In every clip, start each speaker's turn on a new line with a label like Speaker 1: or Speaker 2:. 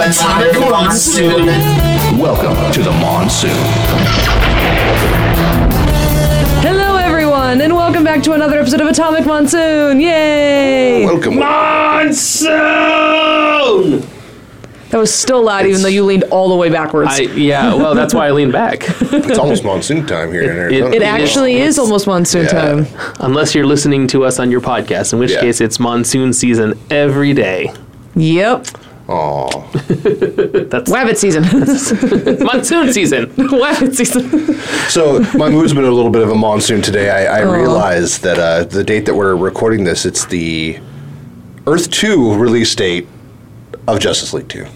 Speaker 1: Atomic Monsoon.
Speaker 2: Welcome to the monsoon.
Speaker 3: Hello, everyone, and welcome back to another episode of Atomic Monsoon. Yay!
Speaker 2: Welcome.
Speaker 4: Monsoon!
Speaker 3: That was still loud, even though you leaned all the way backwards.
Speaker 4: I, yeah, well, that's why I lean back.
Speaker 5: It's almost monsoon time here in Arizona.
Speaker 3: it actually is almost monsoon
Speaker 5: Yeah.
Speaker 3: time.
Speaker 4: Unless you're listening to us on your podcast, in which
Speaker 5: Yeah.
Speaker 4: case it's monsoon season every day.
Speaker 3: Yep.
Speaker 5: Aw.
Speaker 3: Wabbit season.
Speaker 4: Monsoon season!
Speaker 3: Wabbit season.
Speaker 5: So my mood's been a little bit of a monsoon today. I, I realized that uh, the date that we're recording this, it's the Earth Two release date of Justice League Two.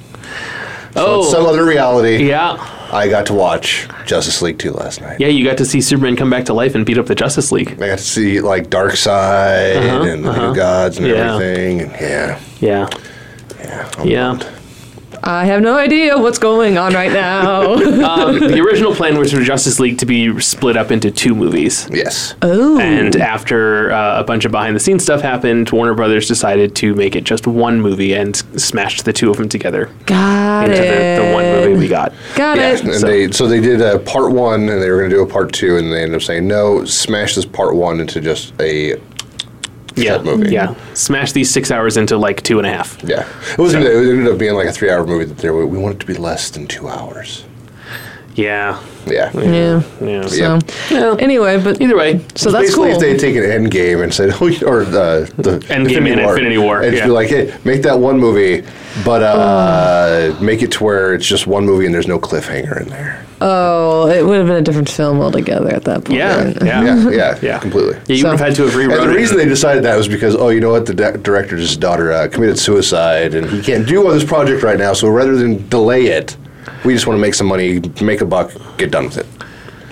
Speaker 4: Oh,
Speaker 5: Some other reality.
Speaker 4: yeah.
Speaker 5: I got to watch Justice League Two last night.
Speaker 4: Yeah, you got to see Superman come back to life and beat up the Justice League.
Speaker 5: I got to see like Dark Side and the New Gods and
Speaker 4: Uh-huh, Yeah.
Speaker 5: everything. And yeah.
Speaker 4: Yeah.
Speaker 5: Yeah.
Speaker 4: Yeah.
Speaker 3: I have no idea what's going on right now.
Speaker 5: oh
Speaker 4: Um, the original plan was for Justice League to be split up into two movies.
Speaker 5: Yes.
Speaker 4: And after uh, a bunch of behind the scenes stuff happened, Warner Brothers decided to make it just one movie and smashed the two of them together
Speaker 3: Got
Speaker 4: into
Speaker 3: it.
Speaker 4: the, the one movie we got.
Speaker 3: Got
Speaker 5: Yeah,
Speaker 3: it.
Speaker 5: and
Speaker 4: So-
Speaker 5: they so they did a part one, and they were going to do a part two, and they ended up saying no, smash this part one into just a
Speaker 4: yeah,
Speaker 5: that movie.
Speaker 4: Yeah, smash these six hours into like two and a half.
Speaker 5: yeah. It was not it ended up being like a three hour movie. That there we want it to be less than two hours.
Speaker 4: Yeah,
Speaker 5: Yeah.
Speaker 3: Yeah.
Speaker 4: yeah.
Speaker 3: So, anyway, but
Speaker 4: Either way,
Speaker 3: so that's
Speaker 5: Basically,
Speaker 3: cool.
Speaker 5: if they had taken Endgame and said, "Oh, or the, the
Speaker 4: Endgame and Infinity War,
Speaker 5: and just be
Speaker 4: yeah.
Speaker 5: like, hey, make that one movie, but uh, make it to where it's just one movie and there's no cliffhanger in there.
Speaker 3: oh, it would have been a different film altogether at that point.
Speaker 4: yeah, yeah,
Speaker 5: yeah, yeah,
Speaker 4: Yeah.
Speaker 5: completely.
Speaker 4: Yeah, you
Speaker 3: So-
Speaker 4: would have had to have rewrote
Speaker 5: And the
Speaker 4: it.
Speaker 5: reason they decided that was because, oh, you know what, the di- director's daughter uh, committed suicide, and he can't do all this project right now. So rather than delay it, we just want to make some money, make a buck, get done with it.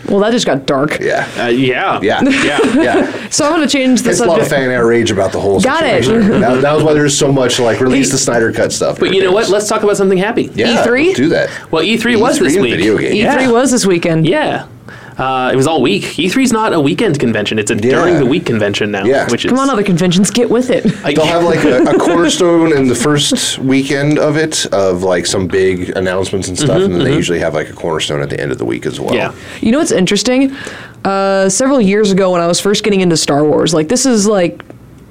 Speaker 3: Well, that just got dark.
Speaker 5: Yeah,
Speaker 4: uh, yeah,
Speaker 5: yeah,
Speaker 4: yeah.
Speaker 5: yeah.
Speaker 3: So I'm going to change the
Speaker 5: It's a lot of
Speaker 3: subject.
Speaker 5: fan outrage about the whole
Speaker 3: Got it.
Speaker 5: situation. that, that was why there's so much like release the Snyder cut stuff.
Speaker 4: E- But you know what? Let's talk about something happy.
Speaker 5: yeah, E
Speaker 3: E3?
Speaker 5: let's do that.
Speaker 4: Well, E3 was
Speaker 5: E3
Speaker 4: this
Speaker 5: and
Speaker 4: week.
Speaker 5: video games.
Speaker 3: E3
Speaker 4: Yeah.
Speaker 3: E was this weekend.
Speaker 4: Yeah. Uh, it was all week. E3's not a weekend convention. It's a during the week convention now.
Speaker 5: Yeah.
Speaker 4: Which is
Speaker 3: Come on, other conventions, get with it.
Speaker 4: I-
Speaker 5: They'll have like a, a cornerstone in the first weekend of it, of like some big announcements and stuff, and then they usually have like a cornerstone at the end of the week as well.
Speaker 4: Mm-hmm, yeah.
Speaker 3: You know what's interesting? Uh, several years ago, when I was first getting into Star Wars, like this is like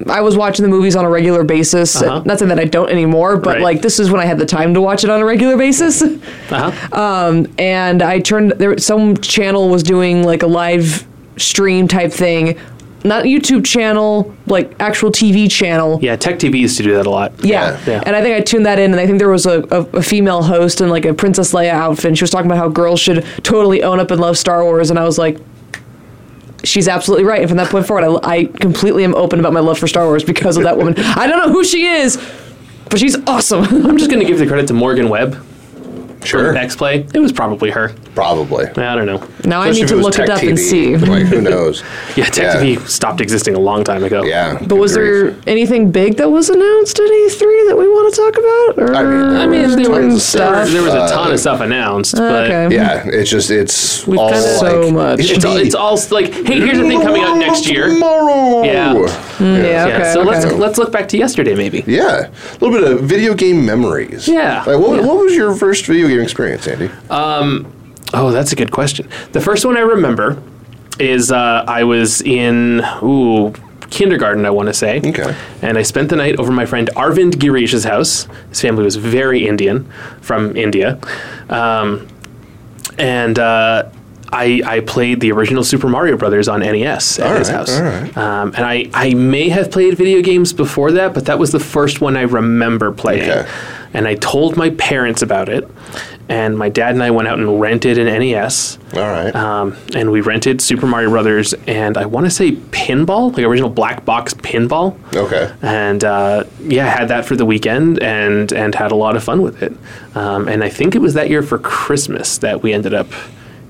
Speaker 3: I was watching the movies on a regular basis.
Speaker 4: Uh-huh.
Speaker 3: Not saying that I don't anymore, but
Speaker 4: Right.
Speaker 3: like this is when I had the time to watch it on a regular basis.
Speaker 4: Uh-huh.
Speaker 3: Uh, and I turned there. Some channel was doing like a live stream type thing, not YouTube channel, like actual TV channel.
Speaker 4: yeah. Tech TV used to do that a lot.
Speaker 3: Yeah.
Speaker 4: Yeah.
Speaker 3: And I think I tuned that in, and I think there was a, a, a female host in like a Princess Leia outfit, and she was talking about how girls should totally own up and love Star Wars, and I was like, she's absolutely right. And from that point forward, I, I completely am open about my love for Star Wars because of that woman. I don't know who she is, but she's awesome.
Speaker 4: I'm just gonna give the credit to Morgan Webb.
Speaker 5: sure,
Speaker 4: X Play. It was probably her.
Speaker 5: probably.
Speaker 4: I don't know.
Speaker 3: now I
Speaker 5: Especially
Speaker 3: need
Speaker 5: if
Speaker 3: to
Speaker 5: was
Speaker 3: look it
Speaker 5: tech
Speaker 3: up and see.
Speaker 5: TV. Like, who knows?
Speaker 4: Yeah, Tech TV stopped existing a long time ago.
Speaker 5: Yeah.
Speaker 3: But was there anything big that was announced at E3 that we want to talk about? Or
Speaker 5: I mean, uh, there
Speaker 3: I mean,
Speaker 5: was
Speaker 3: there
Speaker 5: tons
Speaker 3: was
Speaker 5: of Uh,
Speaker 4: There,
Speaker 3: stuff. Uh,
Speaker 4: there was a ton of stuff announced, but
Speaker 3: okay.
Speaker 5: Yeah, it's just it's
Speaker 3: We've
Speaker 5: all
Speaker 3: done
Speaker 5: like,
Speaker 3: so much.
Speaker 4: it's all, it's all s- like, hey, here's the thing coming out next year.
Speaker 5: Tomorrow.
Speaker 4: Yeah. Mm,
Speaker 3: yeah,
Speaker 4: Yeah,
Speaker 3: okay,
Speaker 4: so let's
Speaker 3: okay.
Speaker 4: let's look back to yesterday, maybe.
Speaker 5: Yeah, a little bit of video game memories.
Speaker 4: Yeah.
Speaker 5: Like, what,
Speaker 4: Yeah.
Speaker 5: what was your first video game experience, Andy?
Speaker 4: Oh, that's a good question. The first one I remember is uh, I was in ooh kindergarten, I want to say.
Speaker 5: Okay.
Speaker 4: And I spent the night over my friend Arvind Girish's house. His family was very Indian, from India, um, and. Uh, I, I played the original Super Mario Brothers on NES at his
Speaker 5: right,
Speaker 4: house,
Speaker 5: all right.
Speaker 4: um, and I, I may have played video games before that, but that was the first one I remember playing.
Speaker 5: Okay.
Speaker 4: And I told my parents about it, and my dad and I went out and rented an NES.
Speaker 5: all right.
Speaker 3: Uh,
Speaker 4: Um, and we rented Super Mario Brothers, and I want to say pinball, like original black box pinball.
Speaker 5: Okay.
Speaker 4: And uh, yeah, had that for the weekend, and and had a lot of fun with it. Um, and I think it was that year for Christmas that we ended up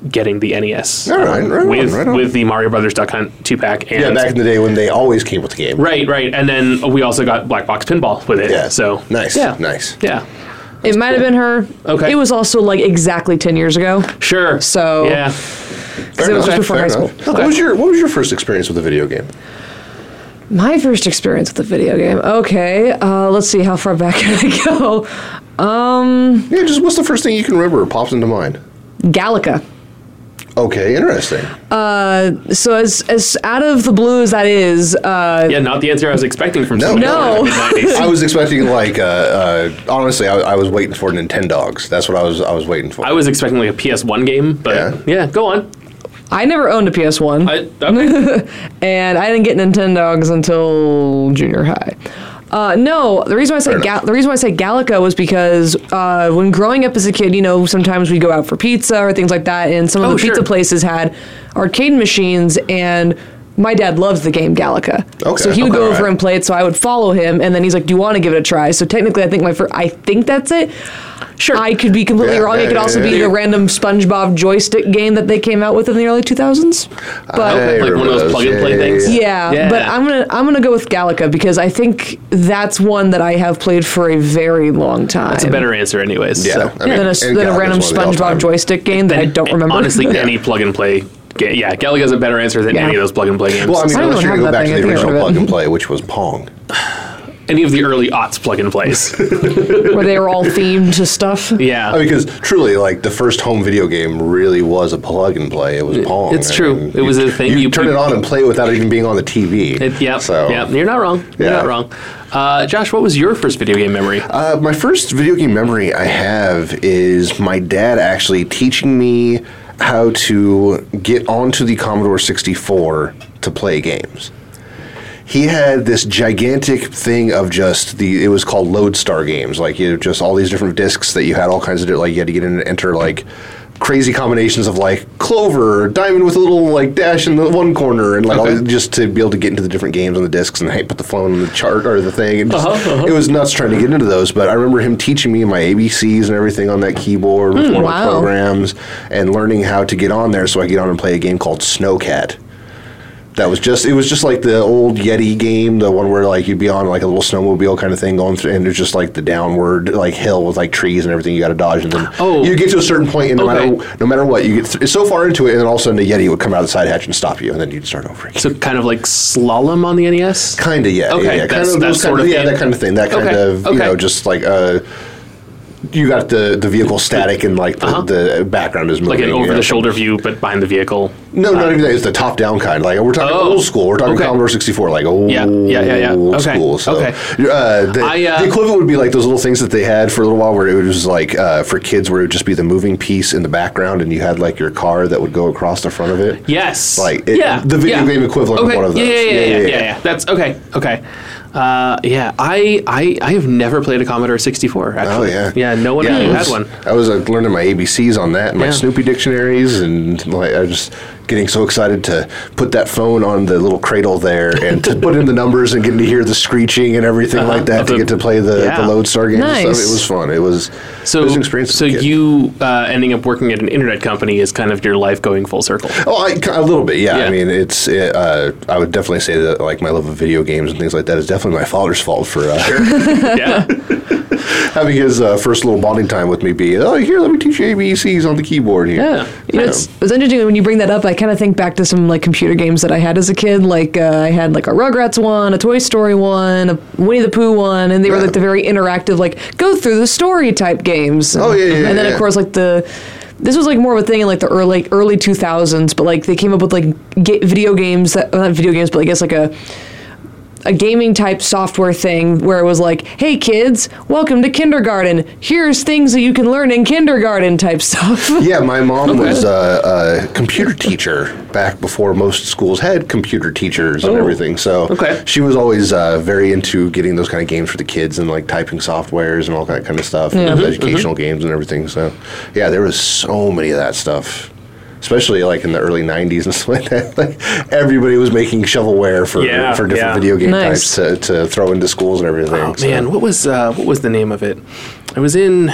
Speaker 4: getting the NES
Speaker 5: All right, right on,
Speaker 4: um, with
Speaker 5: right on.
Speaker 4: with the Mario Brothers Duck Hunt two pack. And
Speaker 5: yeah, back in the day when they always came with the game.
Speaker 4: Right, right. And then we also got black box pinball with it.
Speaker 5: Yeah.
Speaker 4: So
Speaker 5: Nice,
Speaker 4: Yeah.
Speaker 5: nice.
Speaker 4: Yeah.
Speaker 3: it might have been her.
Speaker 4: Okay.
Speaker 3: It was also like exactly 10 years ago.
Speaker 4: Sure.
Speaker 3: So-
Speaker 4: Yeah.
Speaker 3: because it was just before high school.
Speaker 5: What was your What was your first experience with a video game?
Speaker 3: My first experience with a video game. Okay, uh, let's see how far back can I go.
Speaker 5: Yeah, just what's the first thing you can remember pops into mind?
Speaker 3: Gallica.
Speaker 5: Okay, interesting.
Speaker 3: So as as out of the blue as that is, uh,
Speaker 4: yeah, not the answer I was expecting from somebody.
Speaker 3: No.
Speaker 5: I was expecting like uh, uh, honestly, I, I was waiting for Nintendogs. That's what I was I was waiting for.
Speaker 4: I was expecting like a PS1 game, but
Speaker 5: Yeah.
Speaker 4: yeah, go on.
Speaker 3: I never owned a PS One,
Speaker 4: I, okay.
Speaker 3: and I didn't get Nintendogs until junior high. Uh, no, the reason why I say
Speaker 5: Fair enough.
Speaker 3: Ga- the reason why I say Gallica was because uh, when growing up as a kid, you know, sometimes we go out for pizza or things like that, and some of
Speaker 4: Oh,
Speaker 3: the
Speaker 4: sure.
Speaker 3: pizza places had arcade machines, and my dad loved the game Gallica,
Speaker 5: Okay,
Speaker 3: so he would
Speaker 5: okay,
Speaker 3: go over
Speaker 5: alright.
Speaker 3: and play it. So I would follow him, and then he's like, "Do you want to give it a try?" So technically, I think my fir- I think that's it.
Speaker 4: Sure.
Speaker 3: I could be completely
Speaker 5: Yeah,
Speaker 3: wrong.
Speaker 5: yeah,
Speaker 3: it could
Speaker 5: yeah,
Speaker 3: also
Speaker 5: yeah,
Speaker 3: be
Speaker 5: yeah.
Speaker 3: the random SpongeBob joystick game that they came out with in the early 2000s. But
Speaker 5: I
Speaker 4: Like one of
Speaker 5: remember
Speaker 4: those plug-and-play things?
Speaker 5: yeah.
Speaker 3: yeah,
Speaker 4: Yeah.
Speaker 3: but I'm gonna I'm gonna go with Gallica because I think that's one that I have played for a very long time.
Speaker 4: It's a better answer, anyways.
Speaker 5: Yeah.
Speaker 4: so.
Speaker 5: I mean,
Speaker 3: than a,
Speaker 5: and
Speaker 3: than a
Speaker 5: Galaga is
Speaker 3: random
Speaker 5: one of the all-time-
Speaker 3: SpongeBob joystick game that I
Speaker 4: And-
Speaker 3: don't
Speaker 4: and
Speaker 3: remember.
Speaker 4: Honestly, any plug and play. Ga- yeah, Gallica's a better answer than
Speaker 3: Yeah.
Speaker 4: any of those plug and play games.
Speaker 5: Well, I mean,
Speaker 3: I don't
Speaker 5: unless you're
Speaker 3: have
Speaker 5: gonna go
Speaker 3: that
Speaker 5: back
Speaker 3: thing. I
Speaker 5: to the
Speaker 3: think I
Speaker 5: original
Speaker 3: remember
Speaker 5: plug
Speaker 3: it.
Speaker 5: and play, which was Pong.
Speaker 4: any of the early aughts plug and plays.
Speaker 5: Oh,
Speaker 3: where they were all themed to stuff.
Speaker 4: yeah.
Speaker 5: I mean, because truly, like the first home video game really was a plug and play. It was Pong.
Speaker 4: it's
Speaker 5: I
Speaker 4: true.
Speaker 5: mean,
Speaker 4: It was a thing
Speaker 5: You,
Speaker 4: you-
Speaker 5: turn it on and play it without it even being on the TV.
Speaker 4: It, yep,
Speaker 5: So
Speaker 4: yep. You're not wrong. You're
Speaker 5: Yeah.
Speaker 4: not wrong. Uh, Josh, what was your first video game memory?
Speaker 5: Uh, my first video game memory I have is my dad actually teaching me how to get onto the Commodore 64 to play games. He had this gigantic thing of just the it was called Lodestar games, like you know, just all these different discs that you had all kinds of di- like you had to get in and enter like crazy combinations of like clover, diamond with a little like dash in the one corner, and like all
Speaker 4: Okay.
Speaker 5: these, just to be able to get into the different games on the discs and hey, put the phone on the chart or the thing and just,
Speaker 4: Uh-huh, uh-huh.
Speaker 5: it was nuts trying to get into those, but I remember him teaching me my ABCs and everything on that keyboard
Speaker 4: Hmm,
Speaker 5: with one of
Speaker 3: wow.
Speaker 5: the programs and learning how to get on there so I could get on and play a game called Snowcat. That was just it was just like the old Yeti game, the one where like you'd be on like a little snowmobile kind of thing going through and it was just like the downward like hill with like trees and everything you gotta dodge and then
Speaker 4: Oh.
Speaker 5: you get to a certain point and no
Speaker 4: Okay.
Speaker 5: matter no matter what, you get th- so far into it and then all of a sudden a Yeti would come out of the side hatch and stop you and then you'd start over again.
Speaker 4: So kind of like slalom on the E NES.
Speaker 5: Kind of, yeah.
Speaker 4: Okay,
Speaker 5: yeah, yeah. Kind
Speaker 4: that's-
Speaker 5: of
Speaker 4: that's
Speaker 5: those kind
Speaker 4: sort
Speaker 5: of,
Speaker 4: of
Speaker 5: yeah,
Speaker 4: game.
Speaker 5: that kind of thing. That kind
Speaker 4: Okay,
Speaker 5: of, you know,
Speaker 4: okay.
Speaker 5: just like uh, you got the the vehicle static and like the,
Speaker 4: Uh-huh.
Speaker 5: the background is moving.
Speaker 4: like an
Speaker 5: you know.
Speaker 4: over the shoulder view, but behind the vehicle.
Speaker 5: No, not even that. It's the top down kind. Like we're talking
Speaker 4: Oh,
Speaker 5: old school. We're talking
Speaker 4: okay.
Speaker 5: Commodore sixty four. Like old,
Speaker 4: Yeah, yeah, yeah, yeah.
Speaker 5: old
Speaker 4: Okay,
Speaker 5: school. So
Speaker 4: okay.
Speaker 5: uh, the,
Speaker 4: I, uh,
Speaker 5: the equivalent would be like those little things that they had for a little while, where it was like uh, for kids, where it would just be the moving piece in the background, and you had like your car that would go across the front of it.
Speaker 4: Yes.
Speaker 5: Like, it- the video game equivalent of
Speaker 4: Okay,
Speaker 5: one of
Speaker 4: yeah,
Speaker 5: those.
Speaker 4: Yeah yeah yeah, yeah, yeah, That's okay. Okay. Uh, yeah, I, I I have never played a Commodore 64.
Speaker 5: Oh
Speaker 4: Actually.
Speaker 5: yeah,
Speaker 4: Yeah, no one
Speaker 5: I
Speaker 4: actually
Speaker 5: was-
Speaker 4: had one.
Speaker 5: I was like, learning my ABCs on that, and my
Speaker 4: Yeah.
Speaker 5: Snoopy dictionaries, and like I was just getting so excited to put that phone on the little cradle there and to put in the numbers and getting to hear the screeching and everything like that
Speaker 4: of
Speaker 5: to
Speaker 4: Uh-huh. the-
Speaker 5: get to play the,
Speaker 4: yeah.
Speaker 5: the Lodestar games. and stuff.
Speaker 3: Nice.
Speaker 5: It was fun. It was
Speaker 4: So
Speaker 5: it was an experience. as
Speaker 4: so
Speaker 5: a kid.
Speaker 4: you uh, ending up working at an internet company is kind of your life going full circle.
Speaker 5: Oh, I, a little bit, yeah.
Speaker 4: Yeah.
Speaker 5: I mean, it's. It, uh, I would definitely say that, like, my love of video games and things like that is definitely my father's fault for uh,
Speaker 4: yeah.
Speaker 5: having his uh, first little bonding time with me. Be oh, here, let me teach you ABCs on the keyboard here.
Speaker 4: Yeah.
Speaker 3: You know, it's, it's interesting when you bring that up. I kind of think back to some like computer games that I had as a kid. Like uh, I had like a Rugrats one, a Toy Story one, a Winnie the Pooh one, and they were
Speaker 5: Yeah.
Speaker 3: like the very interactive, like go through the story type games.
Speaker 5: Oh, yeah, yeah,
Speaker 3: And then
Speaker 5: yeah.
Speaker 3: of course like the this was like more of a thing in like the early early two thousands, but like they came up with like ga- video games that well, not video games, but I guess like a a gaming type software thing where it was like, hey kids, welcome to kindergarten. Here's things that you can learn in kindergarten type stuff.
Speaker 5: Yeah, my mom was a, a computer teacher back before most schools had computer teachers and
Speaker 4: Oh.
Speaker 5: everything. So
Speaker 4: Okay.
Speaker 5: she was always uh, very into getting those kind of games for the kids and like typing softwares and all that kind of stuff, and those
Speaker 4: Mm-hmm.
Speaker 5: educational games and everything. So yeah, there was so many of that stuff. Especially like in the early '90s and stuff like that, like everybody was making shovelware for
Speaker 4: Yeah,
Speaker 5: for different
Speaker 4: yeah.
Speaker 5: video game
Speaker 3: Nice.
Speaker 5: types to, to throw into schools and everything.
Speaker 4: Oh
Speaker 5: so.
Speaker 4: man, what was uh, what was the name of it? I was in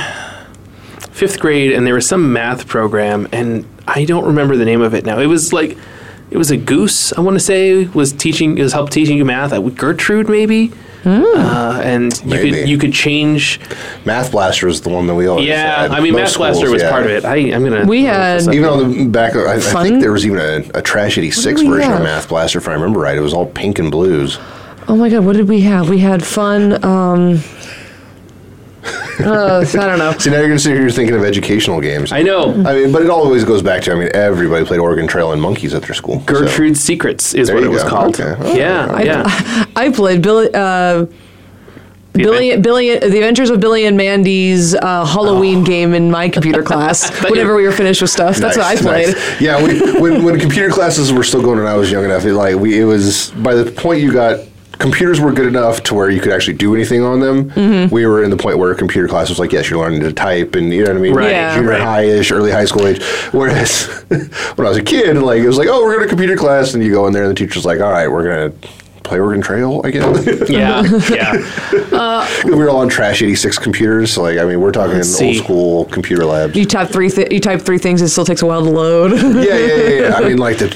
Speaker 4: fifth grade, and there was some math program, and I don't remember the name of it now. It was like it was a goose. I want to say was teaching was help teaching you math. I, Gertrude maybe.
Speaker 3: Hmm.
Speaker 4: uh, and you could
Speaker 5: Maybe.
Speaker 4: you could change.
Speaker 5: Math Blaster is the one that we always
Speaker 4: Yeah,
Speaker 5: had.
Speaker 4: I mean,
Speaker 5: Most
Speaker 4: Math Blaster
Speaker 5: schools,
Speaker 4: was
Speaker 5: yeah.
Speaker 4: part of it. I, I'm gonna.
Speaker 3: We
Speaker 4: I'll look
Speaker 3: had-
Speaker 4: this up.
Speaker 5: Even on the back, I, I
Speaker 3: Fun?
Speaker 5: think there was even a, a Tragedy Six
Speaker 3: we
Speaker 5: version
Speaker 3: have?
Speaker 5: of Math Blaster, if I remember right. It was all pink and blues.
Speaker 3: Oh my god, what did we have? We had fun. Um, uh, I don't know.
Speaker 5: See, now you're gonna sit here you're thinking of educational games.
Speaker 4: I know.
Speaker 5: I mean, but it always goes back to I mean, everybody played Oregon Trail and Monkeys at their school. so-
Speaker 4: Gertrude's Secrets is
Speaker 5: There
Speaker 4: what
Speaker 5: you
Speaker 4: it was
Speaker 5: go.
Speaker 4: called.
Speaker 5: Okay. Oh,
Speaker 4: yeah, yeah.
Speaker 3: I played Billy. Uh,
Speaker 4: The
Speaker 3: Billy,
Speaker 4: event-
Speaker 3: Billy, The Adventures of Billy and Mandy's uh, Halloween
Speaker 5: Oh.
Speaker 3: game in my computer class.
Speaker 4: you-
Speaker 3: Whenever we were finished with stuff, that's
Speaker 5: Nice,
Speaker 3: what I played.
Speaker 5: nice. Yeah, we, when when computer classes were still going, and I was young enough, it, like we, it was by the point you got computers were good enough to where you could actually do anything on them.
Speaker 3: Mm-hmm.
Speaker 5: We were in the point where computer class was like, yes, you're learning to type, and you know what I mean,
Speaker 4: Right,
Speaker 3: Yeah.
Speaker 5: junior
Speaker 4: right.
Speaker 5: high-ish, early high school age. Whereas when I was a kid, like it was like, oh, we're going to computer class, and you go in there, and the teacher's like, all right, we're going to play Oregon Trail, I guess.
Speaker 4: Yeah, yeah.
Speaker 5: we were all on trash '86 computers, so like I mean, we're talking old
Speaker 4: see.
Speaker 5: school computer labs.
Speaker 3: You type three, th- you type three things. It still takes a while to load.
Speaker 5: yeah, yeah, yeah, yeah. I mean, like the,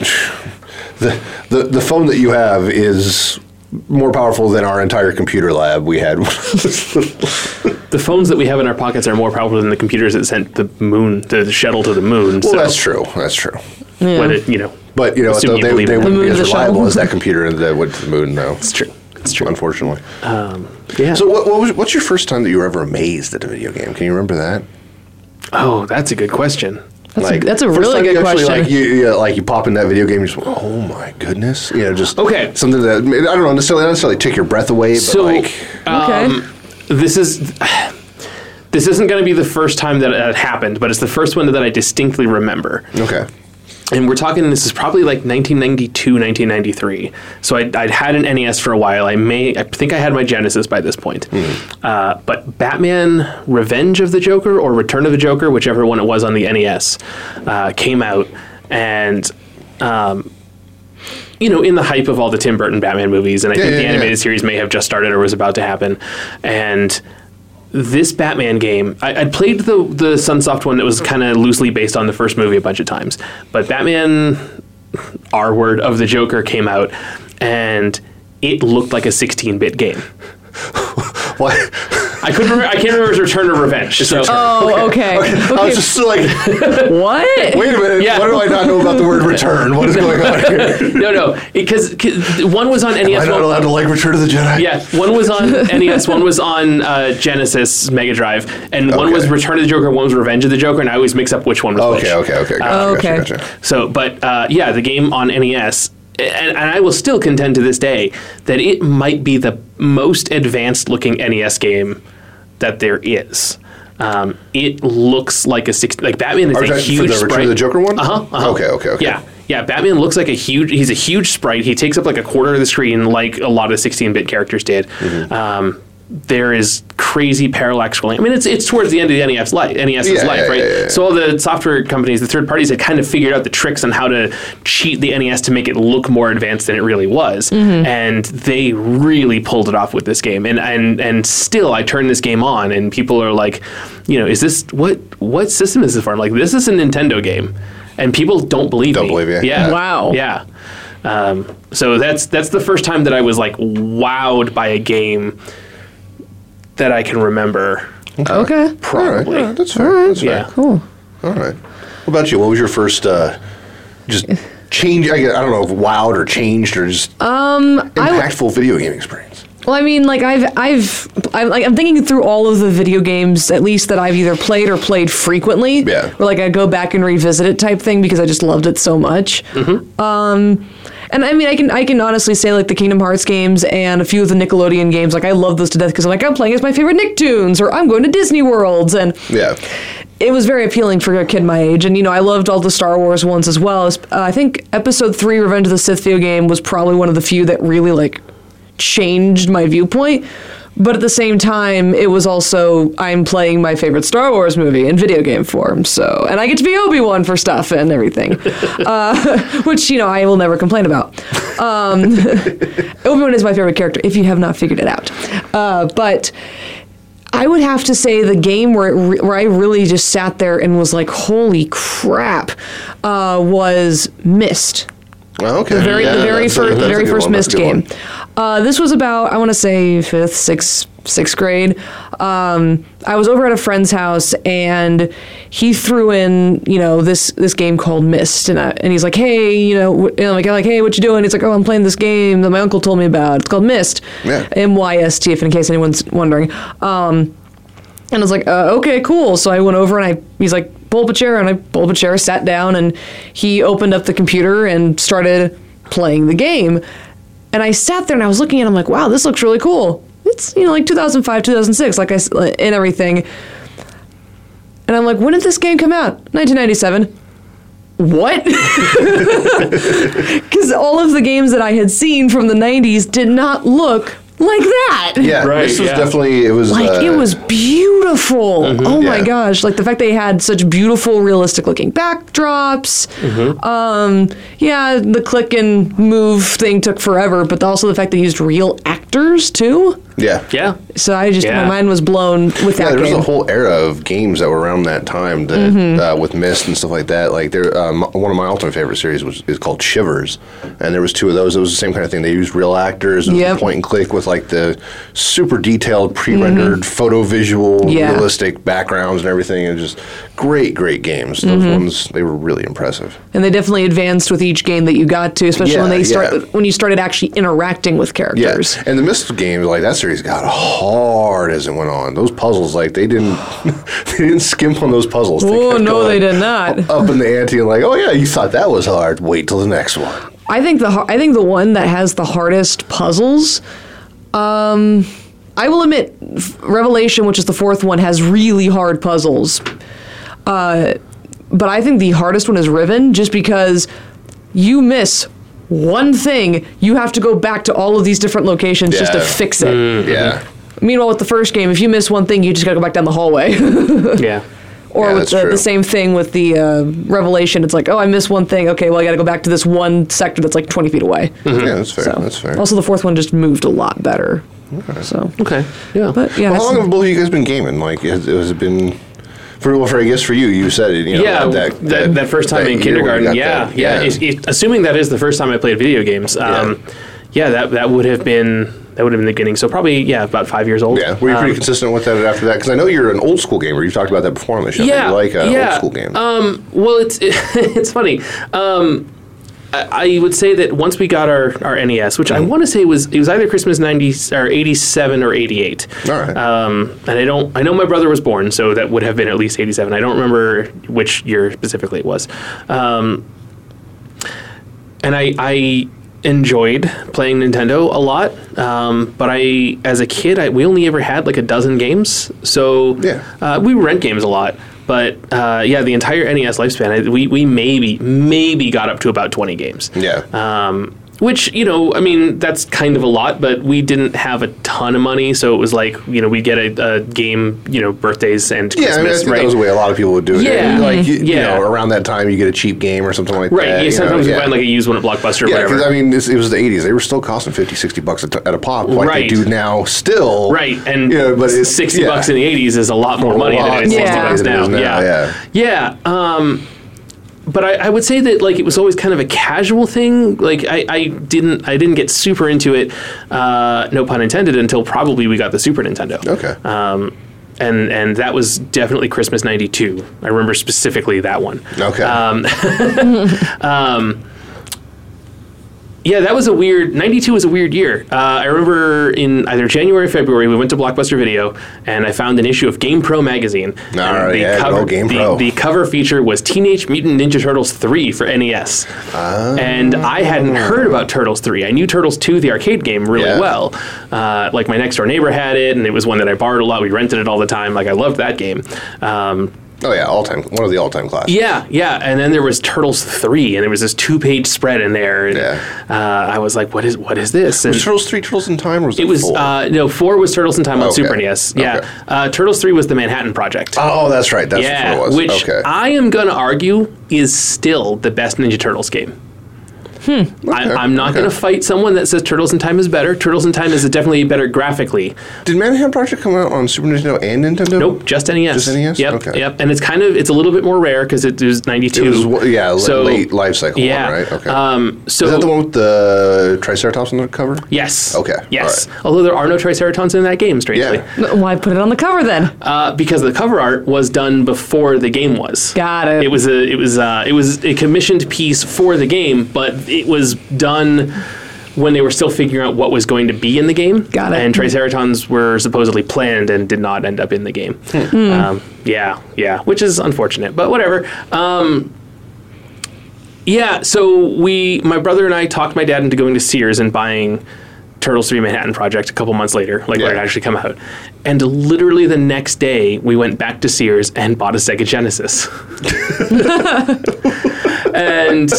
Speaker 5: the the the phone that you have is more powerful than our entire computer lab we had.
Speaker 4: The phones that we have in our pockets are more powerful than the computers that sent the moon, the shuttle to the moon.
Speaker 5: well,
Speaker 4: so
Speaker 5: that's true. That's true.
Speaker 4: When it, you know,
Speaker 5: But you know, what,
Speaker 4: Assume
Speaker 5: though,
Speaker 4: you
Speaker 5: they,
Speaker 4: believe
Speaker 5: they
Speaker 4: it.
Speaker 5: wouldn't
Speaker 3: The
Speaker 5: be
Speaker 3: moon
Speaker 5: as
Speaker 3: is a shuttle.
Speaker 5: reliable as that computer that went to the moon, though.
Speaker 4: it's true. It's true.
Speaker 5: Unfortunately.
Speaker 4: Um, yeah.
Speaker 5: So, what, what was what's your first time that you were ever amazed at a video game? Can you remember that?
Speaker 4: oh, that's a good question.
Speaker 3: That's a- that's a
Speaker 5: first
Speaker 3: really
Speaker 5: time
Speaker 3: good
Speaker 5: you actually,
Speaker 3: question.
Speaker 5: Like you, you, like you pop in that video game, you just oh my goodness, you know, just
Speaker 4: Okay.
Speaker 5: something that I don't know necessarily not necessarily took your breath away, but
Speaker 4: So,
Speaker 5: like
Speaker 4: um, this is this isn't going to be the first time that it happened, but it's the first one that I distinctly remember.
Speaker 5: okay,
Speaker 4: and we're talking this is probably like 1992 1993 so I'd, I'd had an nes for a while i may i think i had my genesis by this point
Speaker 5: Hmm.
Speaker 4: uh, but batman revenge of the joker or return of the joker whichever one it was on the nes uh, came out and um, you know, in the hype of all the Tim Burton Batman movies, and I think
Speaker 5: yeah,
Speaker 4: the
Speaker 5: yeah.
Speaker 4: animated series may have just started or was about to happen, and this Batman game, I, I played the the Sunsoft one that was kind of loosely based on the first movie a bunch of times, but Batman R word of the Joker came out, and it looked like a 16-bit game.
Speaker 5: why?
Speaker 4: I couldn't. Remember, I can't remember if it was Return or Revenge. So
Speaker 3: oh, okay. okay.
Speaker 5: I was just like.
Speaker 3: what?
Speaker 5: Wait a minute.
Speaker 4: Yeah.
Speaker 5: What do I not know about the word return? What is going on here?
Speaker 4: no, no, because one was on
Speaker 5: Am I
Speaker 4: NES.
Speaker 5: not
Speaker 4: one-
Speaker 5: allowed to like Return of the Jedi?
Speaker 4: Yeah, one was on NES, one was on uh, Genesis Mega Drive, and one was
Speaker 5: Okay.
Speaker 4: Return of the Joker, one was Revenge of the Joker, and I always mix up which one was which.
Speaker 5: Okay, okay, okay. Gotcha,
Speaker 3: Okay.
Speaker 5: gotcha, gotcha.
Speaker 4: So, but uh, yeah, the game on NES, and, and I will still contend to this day that it might be the most advanced looking NES game that there is. Um, it looks like a six, like Batman is
Speaker 5: Are we
Speaker 4: a
Speaker 5: talking for
Speaker 4: huge
Speaker 5: the Return
Speaker 4: sprite.
Speaker 5: of the Joker one?
Speaker 4: Uh-huh, uh-huh.
Speaker 5: Okay, okay, okay.
Speaker 4: Yeah, yeah. Batman looks like a huge. He's a huge sprite. He takes up like a quarter of the screen, like a lot of 16-bit characters did.
Speaker 5: Mm-hmm.
Speaker 4: Um, there is crazy parallax scrolling. I mean, it's it's towards the end of the NES life, NES's
Speaker 5: Yeah,
Speaker 4: life,
Speaker 5: yeah,
Speaker 4: right?
Speaker 5: yeah, yeah.
Speaker 4: So all the software companies, the third parties, had kind of figured out the tricks on how to cheat the NES to make it look more advanced than it really was, and they really pulled it off with this game. And and and still, I turn this game on, and people are like, you know, is this what what system is this for? I'm like, this is a Nintendo game, and people don't believe
Speaker 5: Don't
Speaker 4: me.
Speaker 5: believe you.
Speaker 4: Yeah.
Speaker 5: Yeah.
Speaker 3: Wow.
Speaker 4: Yeah. Um, so that's that's the first time that I was like wowed by a game that I can remember.
Speaker 3: Okay.
Speaker 5: Probably. All right. That's fair. That's fair.
Speaker 4: Yeah.
Speaker 3: Cool.
Speaker 5: All right. What about you? What was your first uh, just change? I, guess- I don't know if wowed or changed or just
Speaker 3: Uh, Um,
Speaker 5: impactful video game experience.
Speaker 3: Well, I mean, like I've, I've, I'm, like, I'm thinking through all of the video games, at least that I've either played or played frequently.
Speaker 5: Yeah.
Speaker 3: Or like I go back and revisit it type thing because I just loved it so much. Um, and I mean, I can, I can honestly say like the Kingdom Hearts games and a few of the Nickelodeon games, like I love those to death because I'm like I'm playing as my favorite Nicktoons or I'm going to Disney Worlds and
Speaker 5: Yeah.
Speaker 3: it was very appealing for a kid my age, and you know I loved all the Star Wars ones as well. Uh, I think Episode Three, Revenge of the Sith video game, was probably one of the few that really like changed my viewpoint. But at the same time, it was also I'm playing my favorite Star Wars movie in video game form, so and I get to be Obi Wan for stuff and everything, uh, which you know I will never complain about. Obi Wan is my favorite character, if you have not figured it out. Uh, but I would have to say the game where it re- where I really just sat there and was like, "Holy crap!" Uh, was Mist.
Speaker 5: Oh, okay.
Speaker 3: The very,
Speaker 5: Yeah,
Speaker 3: the very
Speaker 5: that's a-
Speaker 3: first, the
Speaker 5: that's a
Speaker 3: very
Speaker 5: good
Speaker 3: first
Speaker 5: one, that's
Speaker 3: missed
Speaker 5: a good one.
Speaker 3: game. Uh, this was about, I want to say, fifth, sixth, sixth grade. Um, I was over at a friend's house, and he threw in, you know, this this game called Mist, and I, and he's like, hey, you know, wh- and I'm like, I'm like, hey, what you doing? He's like, oh, I'm playing this game that my uncle told me about. It's called Mist.
Speaker 5: Yeah.
Speaker 3: M Y S T, if in case anyone's wondering. Um, and I was like, uh, okay, cool. So I went over and I, he's like, pull up a chair. And I pulled up a chair, sat down, and he opened up the computer and started playing the game. And I sat there and I was looking at him like, wow, this looks really cool. It's, you know, like 2005, 2006, like I, s- and everything. And I'm like, when did this game come out? 1997. What? Because all of the games that I had seen from the 90s did not look like that
Speaker 5: Yeah,
Speaker 4: Right,
Speaker 5: this was
Speaker 4: yeah.
Speaker 5: definitely it was
Speaker 3: like it
Speaker 5: uh,
Speaker 3: was beautiful. oh my
Speaker 5: Mm-hmm. Yeah.
Speaker 3: gosh! Like the fact they had such beautiful, realistic-looking backdrops.
Speaker 5: Mm-hmm.
Speaker 3: Um, yeah, the click and move thing took forever, but also the fact they used real actors too.
Speaker 5: yeah
Speaker 4: Yeah.
Speaker 3: So I just
Speaker 4: Yeah.
Speaker 3: my mind was blown with
Speaker 5: Yeah,
Speaker 3: that
Speaker 5: there was
Speaker 3: game.
Speaker 5: a whole era of games that were around that time that
Speaker 3: Mm-hmm.
Speaker 5: uh, with Mist and stuff like that. Like there, um, one of my all-time favorite series was is called Shivers, and there was two of those. It was the same kind of thing. They used real actors and
Speaker 3: Yep.
Speaker 5: point and click with like the super detailed, pre-rendered, photo visual,
Speaker 3: Mm-hmm. Yeah.
Speaker 5: realistic backgrounds and everything. It was just great, great games. Those
Speaker 3: Mm-hmm.
Speaker 5: ones they were really impressive.
Speaker 3: and they definitely advanced with each game that you got to, especially when
Speaker 5: Yeah,
Speaker 3: they start
Speaker 5: yeah.
Speaker 3: when you started actually interacting with characters.
Speaker 5: Yeah, and the Mist games like that series got hard as it went on. Those puzzles, like they didn't, they didn't skimp on those puzzles. They
Speaker 3: Oh
Speaker 5: kept
Speaker 3: no, they
Speaker 5: going Uh,
Speaker 3: did not.
Speaker 5: Up in the ante and like, oh yeah, you thought that was hard. Wait till the next one.
Speaker 3: I think the har- I think the one that has the hardest puzzles. Um, I will admit, F- Revelation, which is the fourth one, has really hard puzzles. Uh, but I think the hardest one is Riven, just because you miss one thing, you have to go back to all of these different locations just to
Speaker 5: Yeah.
Speaker 3: fix it.
Speaker 4: Mm-hmm.
Speaker 5: Yeah,
Speaker 3: Meanwhile, with the first game, if you miss one thing, you just gotta go back down the hallway.
Speaker 4: Yeah.
Speaker 3: or
Speaker 5: Yeah,
Speaker 3: with
Speaker 5: that's
Speaker 3: the,
Speaker 5: true.
Speaker 3: the same thing with the uh, Revelation, it's like, oh, I missed one thing. Okay, well, I gotta go back to this one sector that's like 20 feet away.
Speaker 4: Mm-hmm.
Speaker 5: yeah, that's fair.
Speaker 3: So-
Speaker 5: That's fair.
Speaker 3: Also, the fourth one just moved a lot better. So,
Speaker 4: Okay. Yeah.
Speaker 3: but yeah,
Speaker 5: How long
Speaker 3: it's-
Speaker 5: have both of you guys been gaming? Like, has, has it been? For, well, for I guess for you, you said it. You know,
Speaker 4: yeah,
Speaker 5: that,
Speaker 4: that, that, first time
Speaker 5: that
Speaker 4: in
Speaker 5: year when you
Speaker 4: kindergarten.
Speaker 5: got
Speaker 4: Yeah,
Speaker 5: that-
Speaker 4: yeah. It- it- assuming that is the first time I played video games. Um, yeah. that that would have been that would have been the beginning. So probably yeah, about five years old.
Speaker 5: Yeah, were you pretty
Speaker 4: Um,
Speaker 5: consistent with that after that? Because I know you're an old school gamer. You've talked about that before on the show. that
Speaker 4: Yeah,
Speaker 5: you like uh,
Speaker 4: yeah.
Speaker 5: old school games.
Speaker 4: Um, well, it's it's funny. Um, I, I would say that once we got our, our NES, which I want to say was it was either Christmas ninety or eighty seven or eighty eight.
Speaker 5: All right.
Speaker 4: Um, and I don't I know my brother was born, so that would have been at least eighty seven. I don't remember which year specifically it was. Um, and I, I enjoyed playing Nintendo a lot. Um, but I, as a kid, I, we only ever had like a dozen games. So
Speaker 5: Yeah.
Speaker 4: uh, we would rent games a lot. But uh, yeah, the entire NES lifespan, I, we, we maybe maybe got up to about twenty games.
Speaker 5: yeah.
Speaker 4: Um, which you know, I mean, that's kind of a lot, but we didn't have a ton of money, so it was like you know, we get a, a game, you know, birthdays and
Speaker 5: Yeah,
Speaker 4: Christmas,
Speaker 5: I mean, I think
Speaker 4: right?
Speaker 5: that was the way a lot of people would do it.
Speaker 4: Yeah.
Speaker 5: like you, you
Speaker 4: Yeah.
Speaker 5: know, around that time, you get a cheap game or something like
Speaker 4: right?
Speaker 5: that.
Speaker 4: yeah,
Speaker 5: you know,
Speaker 4: sometimes
Speaker 5: yeah.
Speaker 4: we find like a used one at Blockbuster, or
Speaker 5: yeah,
Speaker 4: whatever.
Speaker 5: because I mean, this, it was the '80s. They were still costing 50, 60 bucks at, at a pop, like they
Speaker 4: Right.
Speaker 5: do now. Still,
Speaker 4: Right, and
Speaker 5: yeah, but it's,
Speaker 4: sixty
Speaker 5: yeah.
Speaker 4: bucks in the eighties is a lot more
Speaker 5: A
Speaker 4: money
Speaker 5: lot
Speaker 4: than it is
Speaker 5: more
Speaker 4: sixty
Speaker 3: money
Speaker 4: bucks
Speaker 5: than it
Speaker 4: now.
Speaker 5: is now,
Speaker 4: Yeah, yeah. Um, but I, I would say that like it was always kind of a casual thing. Like I, I didn't I didn't get super into it, uh, no pun intended, until probably we got the Super Nintendo.
Speaker 5: Okay.
Speaker 4: Um, and and that was definitely Christmas '92. I remember specifically that one.
Speaker 5: Okay.
Speaker 4: Um, Yeah, that was a weird. '92 was a weird year. Uh, I remember in either January or February, we went to Blockbuster Video, and I found an issue of Game Pro magazine.
Speaker 5: All
Speaker 4: And
Speaker 5: right, yeah, good
Speaker 4: cover,
Speaker 5: old Game
Speaker 4: the,
Speaker 5: Pro.
Speaker 4: the cover feature was Teenage Mutant Ninja Turtles 3 for NES,
Speaker 5: Ah.
Speaker 4: and I hadn't heard about Turtles 3. I knew Turtles 2, the arcade game, really
Speaker 5: Yeah.
Speaker 4: well. Uh, like my next door neighbor had it, and it was one that I borrowed a lot. We rented it all the time. Like I loved that game. Um,
Speaker 5: oh yeah, all time, one of the all time classics.
Speaker 4: yeah, yeah. And then there was Turtles three, and there was this two page spread in there. And,
Speaker 5: Yeah.
Speaker 4: uh, I was like, what is what is this? And
Speaker 5: Was Turtles three, Turtles in Time, or was it,
Speaker 4: it was
Speaker 5: four?
Speaker 4: uh, no four was Turtles in Time on
Speaker 5: Okay.
Speaker 4: Super NES. Yeah,
Speaker 5: Okay.
Speaker 4: uh, Turtles three was the Manhattan Project.
Speaker 5: oh, that's right. That's
Speaker 4: yeah,
Speaker 5: what it was.
Speaker 4: which
Speaker 5: okay.
Speaker 4: I am gonna argue is still the best Ninja Turtles game. I, I'm not
Speaker 5: okay.
Speaker 4: going to fight someone that says Turtles in Time is better. Turtles in Time is definitely better graphically.
Speaker 5: Did Manhattan Project come out on Super Nintendo and Nintendo?
Speaker 4: Nope, just NES.
Speaker 5: Just NES?
Speaker 4: Yep,
Speaker 5: Okay.
Speaker 4: yep. And it's kind of it's a little bit more rare because it was
Speaker 5: It
Speaker 4: '92.
Speaker 5: was wa- yeah, li- late life cycle
Speaker 4: yeah.
Speaker 5: one, right? Okay.
Speaker 4: Um, so
Speaker 5: Is that the one with the Triceratops on the cover?
Speaker 4: Yes.
Speaker 5: Okay,
Speaker 4: Yes.
Speaker 5: all
Speaker 4: Although there are no Triceratons in that game, strangely,
Speaker 5: Yeah.
Speaker 3: No, Why put it on the cover then?
Speaker 4: uh, because the cover art was done before the game was.
Speaker 3: Got it.
Speaker 4: It was a it was uh, it was a commissioned piece for the game, but it was done when they were still figuring out what was going to be in the game.
Speaker 3: Got it.
Speaker 4: And Triceratons were supposedly planned and did not end up in the game.
Speaker 5: Hmm.
Speaker 4: Um, yeah, yeah, which is unfortunate, but whatever. Um, yeah, so we, my brother and I, talked my dad into going to Sears and buying Turtles Three Manhattan Project a couple months later, like when it
Speaker 5: Yeah.
Speaker 4: actually come out. And literally the next day, we went back to Sears and bought a Sega Genesis. and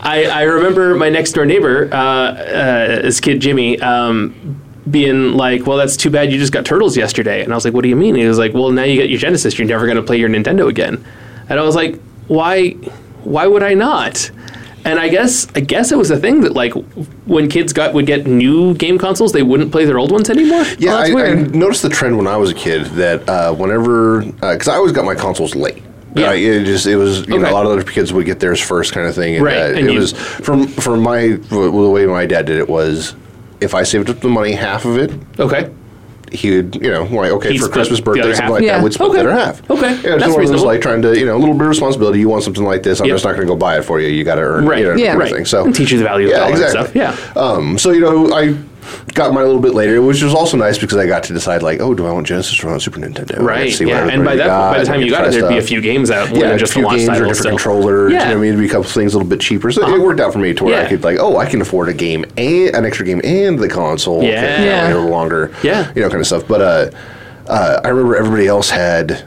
Speaker 4: I, I remember my next door neighbor, uh, uh, this kid Jimmy, um, being like, "Well, that's too bad. You just got turtles yesterday." And I was like, "What do you mean?" He was like, "Well, now you got your Genesis. You're never going to play your Nintendo again." And I was like, "Why? Why would I not?" And I guess I guess it was a thing that like when kids got would get new game consoles, they wouldn't play their old ones anymore.
Speaker 5: Yeah,
Speaker 3: Oh, that's
Speaker 5: I, I
Speaker 3: weird.
Speaker 5: noticed the trend when I was a kid that uh, whenever, because I always got my consoles late.
Speaker 4: Yeah.
Speaker 5: Uh, it just it was you know
Speaker 4: Okay.
Speaker 5: a lot of other kids would get theirs first kind of thing. And,
Speaker 4: Right,
Speaker 5: uh,
Speaker 4: and
Speaker 5: it
Speaker 4: you-
Speaker 5: was from from my well, the way my dad did it was if I saved up the money half of it
Speaker 4: Okay.
Speaker 5: he would, you know, like, okay,
Speaker 4: He'd
Speaker 5: for
Speaker 4: split
Speaker 5: Christmas,
Speaker 4: the other
Speaker 5: birthday, something
Speaker 4: half.
Speaker 5: like
Speaker 3: Yeah.
Speaker 5: that, we'd split
Speaker 4: Okay.
Speaker 5: the other half.
Speaker 4: Okay.
Speaker 5: Yeah,
Speaker 4: That's
Speaker 5: it's one of those
Speaker 4: reasonable.
Speaker 5: like trying to, you know, a little bit of responsibility. You want something like this, I'm
Speaker 4: Yep.
Speaker 5: just not going to go buy it for you. You got to earn,
Speaker 4: Right.
Speaker 5: you know,
Speaker 3: Yeah.
Speaker 5: kind of
Speaker 4: Right.
Speaker 5: thing. So
Speaker 4: And teach you the value of
Speaker 5: yeah,
Speaker 4: dollar and
Speaker 5: exactly.
Speaker 4: stuff.
Speaker 5: Um, so you know, I got mine a little bit later, which was also nice because I got to decide like, oh, do I want Genesis or want Super Nintendo? And I
Speaker 4: Right.
Speaker 5: could see what
Speaker 4: yeah.
Speaker 5: I've
Speaker 4: And by
Speaker 5: already
Speaker 4: that, by the time
Speaker 5: and
Speaker 4: you
Speaker 5: I
Speaker 4: got
Speaker 5: could
Speaker 4: it,
Speaker 5: try
Speaker 4: there''d be a
Speaker 5: stuff.
Speaker 4: few games out. more
Speaker 5: Yeah,
Speaker 4: than
Speaker 5: and
Speaker 4: just
Speaker 5: a few
Speaker 4: the launch
Speaker 5: games or
Speaker 4: title,
Speaker 5: different
Speaker 4: so-
Speaker 5: controllers.
Speaker 4: Yeah. Uh-huh.
Speaker 5: You know what I mean? It'd be a couple things a little bit cheaper. So it worked out for me to where
Speaker 4: Yeah.
Speaker 5: I could like, oh, I can afford a game and an extra game and the console.
Speaker 4: Yeah.
Speaker 5: Okay, now I
Speaker 3: Yeah.
Speaker 5: no longer.
Speaker 4: Yeah.
Speaker 5: You know, kind of stuff. But uh, uh, I remember everybody else had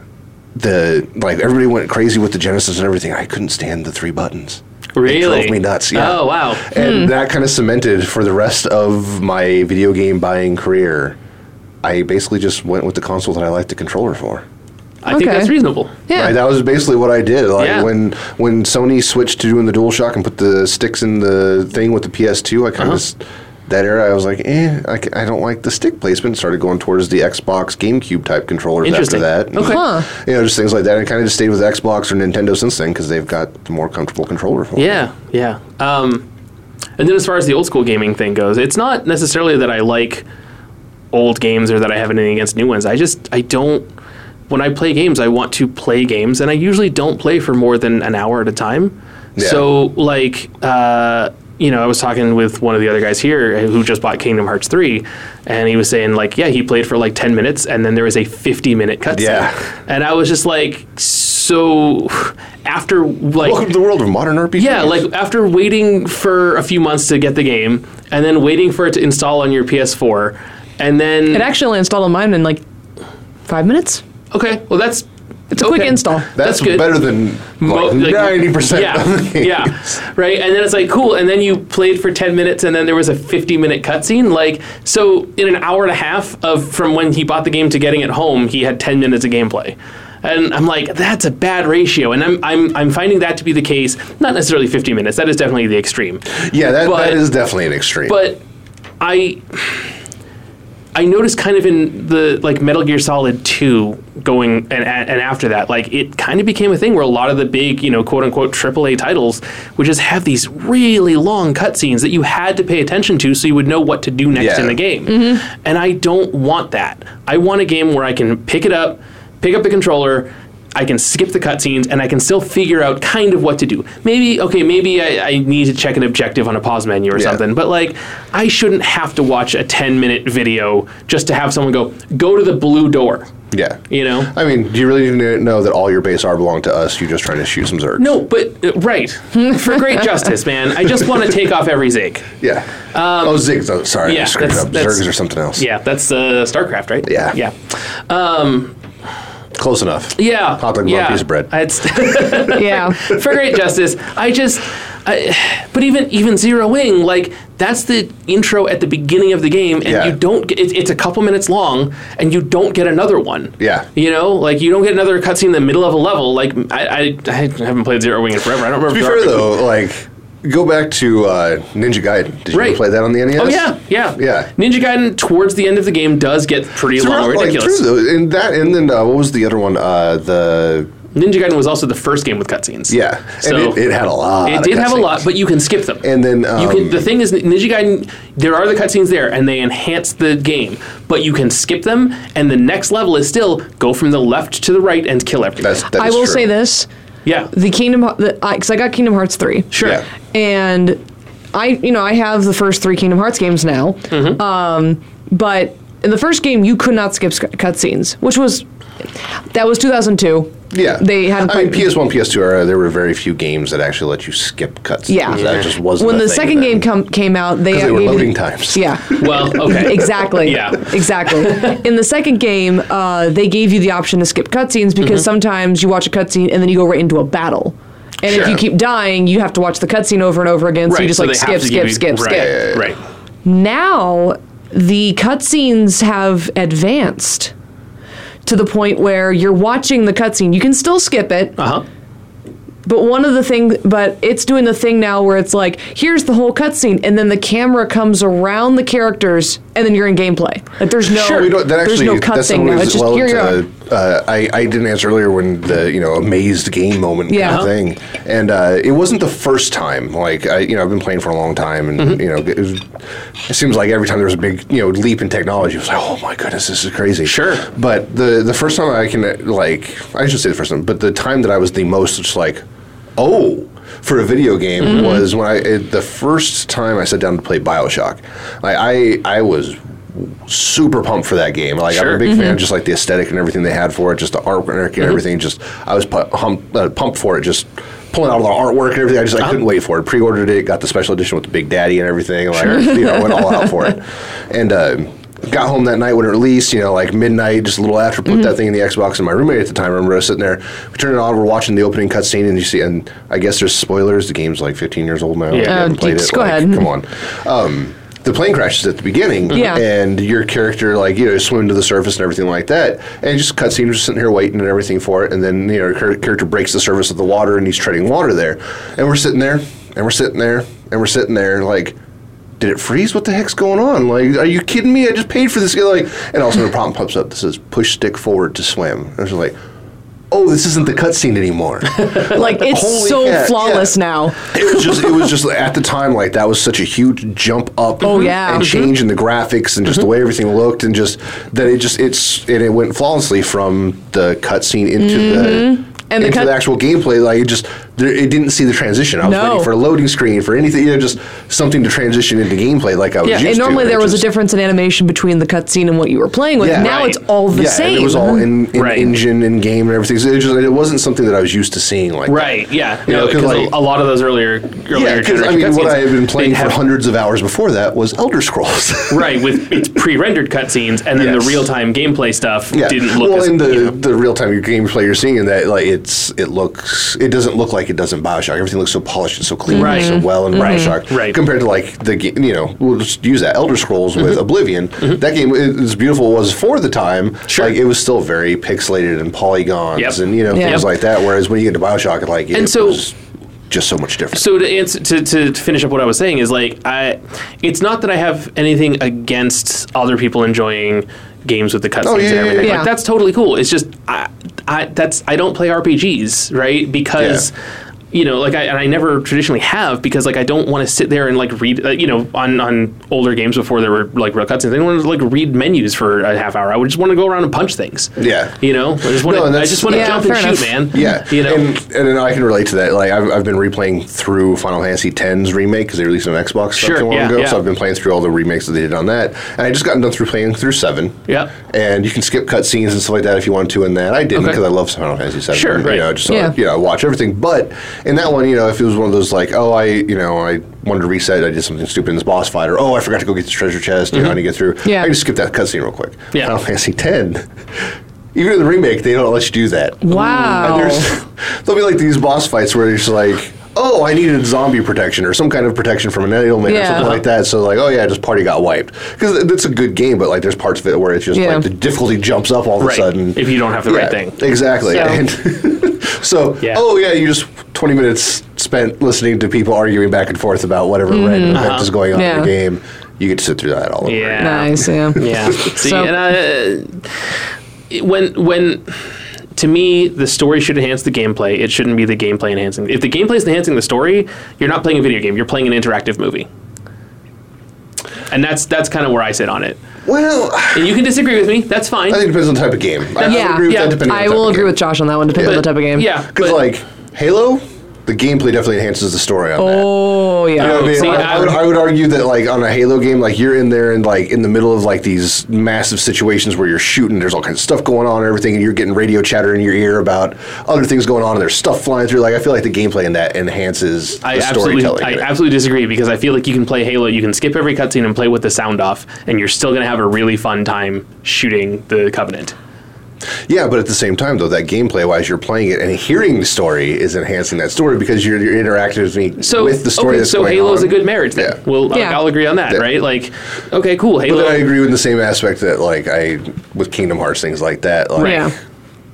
Speaker 5: the like everybody went crazy with the Genesis and everything. I couldn't stand the three buttons.
Speaker 4: Really?
Speaker 5: It drove me nuts. Yeah.
Speaker 4: Oh wow.
Speaker 5: And that kind of cemented for the rest of my video game buying career. I basically just went with the console that I liked the controller for.
Speaker 4: I think
Speaker 3: Okay.
Speaker 4: that's reasonable.
Speaker 3: Yeah.
Speaker 5: Right, that was basically what I did. Like
Speaker 4: Yeah.
Speaker 5: when when Sony switched to doing the DualShock and put the sticks in the thing with the PS2, I kind
Speaker 4: Uh-huh.
Speaker 5: of that era I was like, eh, I, c- I don't like the stick placement. Started going towards the Xbox GameCube type controllers after
Speaker 4: Interesting.
Speaker 5: that. And,
Speaker 4: Okay.
Speaker 3: Huh.
Speaker 5: You know, just things like that, and kind of just stayed with Xbox or Nintendo since then because they've got the more comfortable controller for. it.
Speaker 4: Yeah, yeah. Um, and then as far as the old school gaming thing goes, it's not necessarily that I like old games or that I have anything against new ones. I just I don't. When I play games, I want to play games, and I usually don't play for more than an hour at a time.
Speaker 5: Yeah.
Speaker 4: So like. Uh, you know, I was talking with one of the other guys here who just bought Kingdom Hearts 3, and he was saying, like, yeah, he played for like 10 minutes, and then there was a 50 minute cutscene.
Speaker 5: Yeah.
Speaker 4: And I was just like, so after like.
Speaker 5: Welcome to the world of modern RPGs.
Speaker 4: Yeah, like after waiting for a few months to get the game, and then waiting for it to install on your PS4, and then
Speaker 3: It actually only installed on mine in like five minutes.
Speaker 4: okay, well that's
Speaker 3: It's a quick
Speaker 4: okay.
Speaker 3: install.
Speaker 5: that's,
Speaker 4: that's good.
Speaker 5: better than
Speaker 4: Mo- like,
Speaker 5: ninety percent.
Speaker 4: Yeah, yeah, right. And then it's like cool, and then you played for ten minutes, and then there was a fifty-minute cutscene. Like so, in an hour and a half of from when he bought the game to getting it home, he had ten minutes of gameplay. And I'm like, that's a bad ratio, and I'm I'm I'm finding that to be the case. Not necessarily fifty minutes. That is definitely the extreme.
Speaker 5: Yeah, that,
Speaker 4: But-
Speaker 5: that is definitely an extreme.
Speaker 4: but I I noticed kind of in the like Metal Gear Solid 2 going and and after that like it kind of became a thing where a lot of the big you know quote unquote AAA titles would just have these really long cutscenes that you had to pay attention to so you would know what to do next
Speaker 5: Yeah.
Speaker 4: in the game and I don't want that I want a game where I can pick it up pick up the controller I can skip the cutscenes and I can still figure out kind of what to do. Maybe, okay, maybe I, I need to check an objective on a pause menu or
Speaker 5: Yeah.
Speaker 4: something, but like, I shouldn't have to watch a 10 minute video just to have someone go, go to the blue door.
Speaker 5: yeah,
Speaker 4: You know?
Speaker 5: I mean, do you really need to know that all your base are belong to us? You're just trying to shoot some zergs.
Speaker 4: No, but, uh, right. For great justice, man. I just want to take off every zig.
Speaker 5: Yeah. oh, Ziggs. Oh, sorry.
Speaker 4: Um, yeah,
Speaker 5: I screwed it
Speaker 4: that's-
Speaker 5: up.
Speaker 4: that's-
Speaker 5: Zergs or something else.
Speaker 4: Yeah, that's uh, StarCraft, right?
Speaker 5: Yeah.
Speaker 4: Yeah.
Speaker 5: Close enough.
Speaker 4: Yeah.
Speaker 5: Hot dog,
Speaker 4: yeah.
Speaker 5: piece of bread.
Speaker 4: It's-
Speaker 3: Yeah.
Speaker 4: for great justice. I just, I, but even even zeroing like that's the intro at the beginning of the game, and
Speaker 5: Yeah.
Speaker 4: you don't. Get, it, it's a couple minutes long, and you don't get another one.
Speaker 5: Yeah.
Speaker 4: you know, like you don't get another cutscene in the middle of a level. Like I, I, I haven't played zeroing in forever. I don't remember.
Speaker 5: to be
Speaker 4: if there
Speaker 5: fair
Speaker 4: are-
Speaker 5: though, like Go back to uh, Ninja Gaiden. Did you
Speaker 4: Right.
Speaker 5: ever play that on the E NES?
Speaker 4: Oh yeah, yeah,
Speaker 5: Yeah.
Speaker 4: Ninja Gaiden towards the end of the game does get pretty
Speaker 5: Throughout,
Speaker 4: long, and
Speaker 5: like,
Speaker 4: ridiculous.
Speaker 5: through those, and that, and then uh, what was the other one? Uh, the
Speaker 4: Ninja Gaiden was also the first game with cutscenes.
Speaker 5: yeah,
Speaker 4: So-
Speaker 5: and it, it had a lot.
Speaker 4: It
Speaker 5: of
Speaker 4: did have a
Speaker 5: cutscenes.
Speaker 4: lot, but you can skip them.
Speaker 5: And then,
Speaker 4: you
Speaker 5: um,
Speaker 4: can, the thing is, Ninja Gaiden, there are the cutscenes there, and they enhance the game, but you can skip them, and the next level is still go from the left to the right and kill everything.
Speaker 5: That's, that
Speaker 3: I
Speaker 5: is
Speaker 3: will
Speaker 5: true.
Speaker 3: say this:
Speaker 4: yeah,
Speaker 3: the Kingdom, because I got Kingdom Hearts three.
Speaker 4: sure.
Speaker 5: Yeah.
Speaker 3: and I, you know, I have the first three Kingdom Hearts games now. Um, but in the first game, you could not skip sc- cutscenes, which was that was 2002.
Speaker 5: Yeah,
Speaker 3: they had.
Speaker 5: I mean, PS1, PS2 era. There were very few games that actually let you skip cuts.
Speaker 3: Yeah.
Speaker 5: that just wasn't.
Speaker 3: when
Speaker 5: a
Speaker 3: the
Speaker 5: thing
Speaker 3: second
Speaker 5: then.
Speaker 3: game come, came out, they,
Speaker 5: 'Cause they were
Speaker 3: gave you-
Speaker 5: loading times.
Speaker 3: Yeah,
Speaker 4: Well, okay.
Speaker 3: exactly.
Speaker 4: Yeah.
Speaker 3: Exactly. In the second game, uh, they gave you the option to skip cutscenes because
Speaker 4: Mm-hmm.
Speaker 3: sometimes you watch a cutscene and then you go right into a battle. And if
Speaker 5: Sure.
Speaker 3: you keep dying, you have to watch the cutscene over and over again. So you just like
Speaker 4: they have
Speaker 3: skip,
Speaker 4: to give
Speaker 3: skip,
Speaker 4: you-
Speaker 3: skip,
Speaker 4: right,
Speaker 3: skip.
Speaker 4: Right.
Speaker 3: Now the cutscenes have advanced to the point where you're watching the cutscene. You can still skip it,
Speaker 4: Uh huh.
Speaker 3: but one of the thing, but it's doing the thing now where it's like, here's the whole cutscene, and then the camera comes around the characters, and then you're in gameplay. Like there's no,
Speaker 5: Well, you know, that
Speaker 3: there's
Speaker 5: actually,
Speaker 3: no cut
Speaker 5: that's
Speaker 3: thing
Speaker 5: the
Speaker 3: now.
Speaker 5: one
Speaker 3: It's just
Speaker 5: well
Speaker 3: here you are.
Speaker 5: to, uh, I, I didn't answer earlier when the you know amazed game moment
Speaker 3: Yeah.
Speaker 5: kind of thing, and uh, it wasn't the first time. Like I, you know, I've been playing for a long time, and
Speaker 3: Mm-hmm.
Speaker 5: you know, it, was- it seems like every time there was a big you know leap in technology, it was like, oh my goodness, this is crazy.
Speaker 4: Sure.
Speaker 5: but the the first time I can uh, like I should say the first time, but the time that I was the most just like, oh. For a video game was when I it, the first time I sat down to play Bioshock, like I I was super pumped for that game. Like I'm
Speaker 4: Sure.
Speaker 5: a big
Speaker 3: Mm-hmm.
Speaker 5: fan, just like the aesthetic and everything they had for it, just the artwork and everything. Just I was pu- hum- uh, pumped for it. Just pulling out all the artwork and everything. I just I
Speaker 3: Oh.
Speaker 5: couldn't wait for it. Pre-ordered it, got the special edition with the Big Daddy and everything. Like you know, went all out for it, and. Uh, Got home that night when it released, you know, like midnight, just a little after. Put
Speaker 3: Mm-hmm.
Speaker 5: that thing in the Xbox, and my roommate at the time, I remember, I was sitting there. We turned it on, we're watching the opening cutscene, and you see, and I guess there's spoilers. The game's like 15 years old now. if you
Speaker 4: Oh,
Speaker 5: haven't played
Speaker 3: geez,
Speaker 5: it,
Speaker 3: go
Speaker 5: like,
Speaker 3: ahead.
Speaker 5: Come on. Um, the plane crashes at the beginning,
Speaker 3: Yeah.
Speaker 5: and your character like you know swimming to the surface and everything like that, and just cutscene just sitting here waiting and everything for it, and then you know your character breaks the surface of the water and he's treading water there, and we're sitting there and we're sitting there and we're sitting there like. Did it freeze? What the heck's going on? Like, are you kidding me? I just paid for this. Like, and all of a sudden, a prompt pops up that says "push stick forward to swim." And I was like, "Oh, this isn't the cutscene anymore."
Speaker 3: Like it's
Speaker 5: Holy
Speaker 3: so
Speaker 5: cat, yeah.
Speaker 3: flawless now.
Speaker 5: it was just it was just at the time like that was such a huge jump up
Speaker 3: Oh, yeah. Mm-hmm.
Speaker 5: and change in the graphics and just the way everything looked and just that it just it's and it went flawlessly from the cutscene into the
Speaker 3: Mm-hmm. And the
Speaker 5: into
Speaker 3: cut-
Speaker 5: the actual gameplay like it just there, it didn't see the transition I was
Speaker 3: No.
Speaker 5: waiting for a loading screen for anything you know just something to transition into gameplay like I was
Speaker 4: Yeah,
Speaker 5: used
Speaker 3: And normally
Speaker 5: to,
Speaker 3: there
Speaker 5: which
Speaker 3: was a
Speaker 5: is-
Speaker 3: difference in animation between the cutscene and what you were playing with.
Speaker 5: Yeah.
Speaker 3: now
Speaker 4: Right.
Speaker 3: it's all the
Speaker 5: yeah,
Speaker 3: same.
Speaker 5: and it was all in, in
Speaker 4: Right.
Speaker 5: engine and game and everything. So it just it wasn't something that I was used to seeing like that.
Speaker 4: Right. Yeah.
Speaker 5: You
Speaker 4: No,
Speaker 5: know, 'cause,
Speaker 4: because
Speaker 5: like-
Speaker 4: a lot of those earlier,
Speaker 5: Yeah,
Speaker 4: earlier
Speaker 5: because I
Speaker 4: generation
Speaker 5: mean, what
Speaker 4: cutscenes,
Speaker 5: I had been
Speaker 4: they'd
Speaker 5: playing for
Speaker 4: have-
Speaker 5: hundreds of hours before that was Elder Scrolls.
Speaker 4: Right, with its pre-rendered cutscenes, and then
Speaker 5: Yes.
Speaker 4: the real-time gameplay stuff didn't look
Speaker 5: well,
Speaker 4: as
Speaker 5: in the,
Speaker 4: you know.
Speaker 5: the real time gameplay you're seeing in that like it's it looks it doesn't look like it does in Bioshock. Everything looks so polished and so clean,
Speaker 4: Right. Mm-hmm.
Speaker 5: and so well in Bioshock,
Speaker 4: Right. Mm-hmm.
Speaker 5: Compared to like the ga- you know we'll just use that Elder Scrolls with Oblivion. That game it- as beautiful as it was for the time,
Speaker 4: Sure.
Speaker 5: like it was still very pixelated and polygons
Speaker 4: Yep.
Speaker 5: and you know
Speaker 3: Yeah.
Speaker 5: things
Speaker 3: Yep.
Speaker 5: like that. Whereas when you get to Bioshock, it, like
Speaker 4: And
Speaker 5: it
Speaker 4: so-
Speaker 5: was just so much different.
Speaker 4: so to answer to, to, to finish up what I was saying is like I, it's not that I have anything against other people enjoying games with the cutscenes
Speaker 5: Oh, yeah,
Speaker 4: and
Speaker 5: yeah,
Speaker 4: everything.
Speaker 3: yeah, yeah.
Speaker 4: Like that's totally cool. It's just I, I that's I don't play RPGs right because. You know, like I and I never traditionally have because like I don't want to sit there and like read. Uh, you know, on on older games before there were like real cutscenes, I didn't want to like read menus for a half hour. I would just want to go around and punch things.
Speaker 5: Yeah.
Speaker 4: you know, I just want
Speaker 5: No,
Speaker 4: to.
Speaker 5: and
Speaker 4: I
Speaker 5: that's-
Speaker 4: just want to
Speaker 3: Yeah,
Speaker 4: jump and
Speaker 3: fair
Speaker 4: shoot, man.
Speaker 3: enough.
Speaker 5: Yeah,
Speaker 4: you know,
Speaker 5: and, and then I can relate to that. Like I've, I've been replaying through Final Fantasy X's remake because they released it on Xbox
Speaker 4: Sure,
Speaker 5: not too long
Speaker 4: yeah,
Speaker 5: ago.
Speaker 4: yeah.
Speaker 5: So I've been playing through all the remakes that they did on that, and I just gotten done through playing through seven.
Speaker 4: Yep.
Speaker 5: and you can skip cutscenes and stuff like that if you want to. In that, I didn't
Speaker 4: Okay.
Speaker 5: because I love Final Fantasy Seven.
Speaker 4: Sure,
Speaker 5: you
Speaker 4: right.
Speaker 5: know, just
Speaker 3: Yeah.
Speaker 5: yeah. you know, watch everything. But in that one, you know, if it was one of those like, oh, I, you know, I wanted to reset, I did something stupid in this boss fight, or oh, I forgot to go get this treasure chest, you know, I need to get through.
Speaker 3: Yeah.
Speaker 5: I can just skip that cutscene real quick.
Speaker 4: Mm-hmm. Yeah.
Speaker 5: Final Fantasy X. Even in the remake, they don't let you do that.
Speaker 3: Wow.
Speaker 5: And there's, there'll be like these boss fights where it's like, oh, I needed zombie protection or some kind of protection from an ailment or
Speaker 3: Yeah.
Speaker 5: something like that. So like, oh yeah, just party got wiped because it's a good game, but like there's parts of it where it's just
Speaker 3: Yeah.
Speaker 5: like the difficulty jumps up all of
Speaker 4: Right,
Speaker 5: a sudden
Speaker 4: if you don't have the right thing.
Speaker 5: Exactly.
Speaker 3: So-
Speaker 5: And so
Speaker 4: Yeah.
Speaker 5: oh yeah, you just twenty minutes spent listening to people arguing back and forth about whatever random event is going on in
Speaker 3: Mm-hmm. Yeah.
Speaker 5: the game. You get to sit through that all over.
Speaker 4: Yeah.
Speaker 3: Nice, yeah.
Speaker 4: Yeah. See,
Speaker 3: So-
Speaker 4: and I, uh, when when to me the story should enhance the gameplay. It shouldn't be the gameplay enhancing. If the gameplay is enhancing the story, you're not playing a video game. You're playing an interactive movie. And that's that's kind of where I sit on it.
Speaker 5: Well, I
Speaker 4: And you can disagree with me. That's fine.
Speaker 5: think it depends on the type of game. I
Speaker 3: Yeah,
Speaker 5: will agree with
Speaker 4: yeah.
Speaker 5: that depending on
Speaker 3: I
Speaker 5: the type
Speaker 3: will
Speaker 5: of
Speaker 3: agree
Speaker 5: game.
Speaker 3: with Josh on that one, depending on
Speaker 4: But-
Speaker 3: the type of game.
Speaker 4: Yeah.
Speaker 5: Because,
Speaker 4: but-
Speaker 5: like, Halo, the gameplay definitely enhances the story on that.
Speaker 3: Oh yeah.
Speaker 5: You know what I mean?
Speaker 4: See,
Speaker 5: I,
Speaker 4: I
Speaker 5: I would,
Speaker 4: would-
Speaker 5: I would argue that like on a Halo game, like you're in there and like in the middle of like these massive situations where you're shooting, there's all kinds of stuff going on and everything, and you're getting radio chatter in your ear about other things going on and there's stuff flying through. Like I feel like the gameplay in that enhances
Speaker 4: I
Speaker 5: the
Speaker 4: absolutely,
Speaker 5: storytelling.
Speaker 4: I
Speaker 5: in it.
Speaker 4: absolutely disagree because I feel like you can play Halo, you can skip every cutscene and play with the sound off, and you're still gonna have a really fun time shooting the Covenant.
Speaker 5: yeah, but at the same time though, that gameplay wise, you're playing it and hearing the story is enhancing that story because you're, you're interacting with, me,
Speaker 4: So
Speaker 5: with the story
Speaker 4: okay,
Speaker 5: that's
Speaker 4: so
Speaker 5: going
Speaker 4: Halo is
Speaker 5: on.
Speaker 4: a good marriage. Then.
Speaker 5: Yeah.
Speaker 4: Well, like,
Speaker 3: Yeah.
Speaker 4: I'll agree on that,
Speaker 5: Yeah.
Speaker 4: right? Like, okay, cool.
Speaker 5: But
Speaker 4: Halo.
Speaker 5: then I agree with the same aspect that like I with Kingdom Hearts things like that. Like,
Speaker 3: Yeah.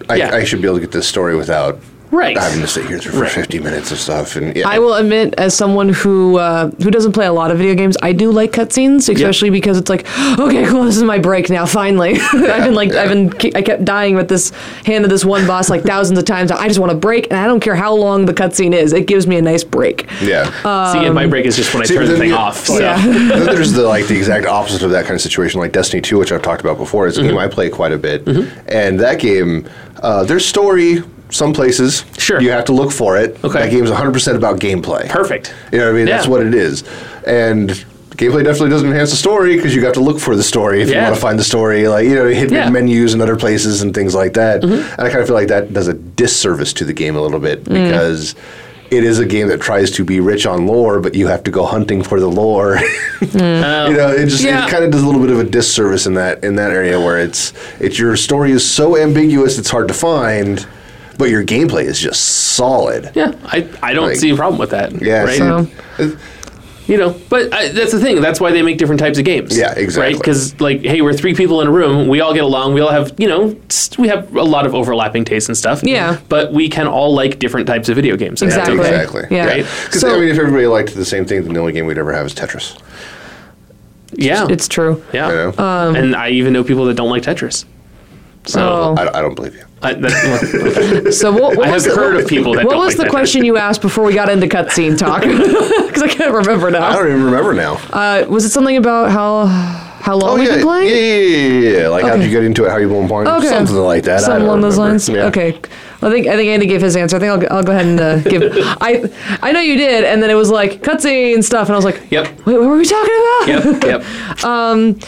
Speaker 5: I,
Speaker 4: Yeah.
Speaker 5: I should be able to get this story without
Speaker 4: Right.
Speaker 5: having to sit here for
Speaker 4: Right.
Speaker 5: 50 minutes of stuff. And yeah,
Speaker 3: I will admit, as someone who uh, who doesn't play a lot of video games, I do like cutscenes, especially because it's like, okay, cool, this is my break now. Finally, I've been like, I've been, ke- I kept dying with this hand of this one boss like thousands of times. I just want a break, and I don't care how long the cutscene is. It gives me a nice break.
Speaker 5: Yeah.
Speaker 4: See, and my break is just when I
Speaker 5: um, See,
Speaker 4: turn the
Speaker 5: then
Speaker 4: thing
Speaker 5: you-
Speaker 4: off. So.
Speaker 5: like, then there's the like the exact opposite of that kind of situation, like Destiny 2, which I've talked about before. It's a
Speaker 4: Mm-hmm.
Speaker 5: game I play quite a bit, and that game, uh, there's story. Some places,
Speaker 4: Sure.
Speaker 5: you have to look for it.
Speaker 4: Okay.
Speaker 5: that game's 100 percent about gameplay.
Speaker 4: Perfect.
Speaker 5: You know what I mean? That's
Speaker 4: Yeah.
Speaker 5: what it is, and. Gameplay definitely doesn't enhance the story because you have to look for the story if you
Speaker 4: Yeah.
Speaker 5: want to find the story, like you know, hidden
Speaker 4: Yeah. Mm-hmm.
Speaker 5: menus and other places and things like that. And I kind of feel like that does a disservice to the game a little bit
Speaker 4: Mm.
Speaker 5: because it is a game that tries to be rich on lore, but you have to go hunting for the lore. you know, it just
Speaker 4: Mm. Yeah.
Speaker 5: it kind of does a little bit of a disservice in that in that area where it's it's your story is so ambiguous it's hard to find, but your gameplay is just solid.
Speaker 4: Yeah, I, I don't
Speaker 5: Like-
Speaker 4: see a problem with that.
Speaker 5: Yeah,
Speaker 4: right?
Speaker 5: so-
Speaker 4: You know, but I, that's the thing. That's why they make different types of games.
Speaker 5: Yeah, exactly.
Speaker 4: Right? Because like, hey, we're three people in a room. We all get along. We all have you know, st- we have a lot of overlapping tastes and stuff.
Speaker 3: Yeah.
Speaker 4: But we can all like different types of video games. and that's
Speaker 3: Exactly.
Speaker 4: okay.
Speaker 5: Exactly.
Speaker 3: Yeah.
Speaker 4: Right?
Speaker 5: Because
Speaker 3: So-
Speaker 5: I mean, if everybody liked the same thing, then the only game we'd ever have is Tetris.
Speaker 4: Yeah.
Speaker 3: It's um, true.
Speaker 4: yeah.
Speaker 5: You know?
Speaker 4: and I even know people that don't like Tetris.
Speaker 3: So,
Speaker 5: I, I don't believe you.
Speaker 4: Oh, I, that, well,
Speaker 3: so what,
Speaker 4: I
Speaker 3: what
Speaker 4: have
Speaker 3: was the,
Speaker 4: heard of people that
Speaker 3: what
Speaker 4: don't
Speaker 3: was
Speaker 4: like Tetris.
Speaker 3: the question you asked before we got into cutscene talk? Because I can't remember
Speaker 5: I
Speaker 3: now.
Speaker 5: don't even remember now.
Speaker 3: Uh, was it something about how how
Speaker 4: Oh,
Speaker 3: long we've
Speaker 5: Oh, yeah,
Speaker 3: been playing?
Speaker 5: yeah, yeah, yeah, yeah. Like, how did
Speaker 3: Okay.
Speaker 5: you get into it? How you been playing?
Speaker 3: Okay.
Speaker 5: Something like that. I
Speaker 3: Something
Speaker 5: don't
Speaker 3: along those
Speaker 5: remember.
Speaker 3: lines.
Speaker 5: Yeah.
Speaker 3: Okay. I think I think Andy gave his answer. I think I'll, I'll go ahead and uh, give. I I know you did, and then it was like cutscene stuff, and I was like,
Speaker 4: Yep.
Speaker 3: Wait, what were we talking about?
Speaker 4: yep. Yep.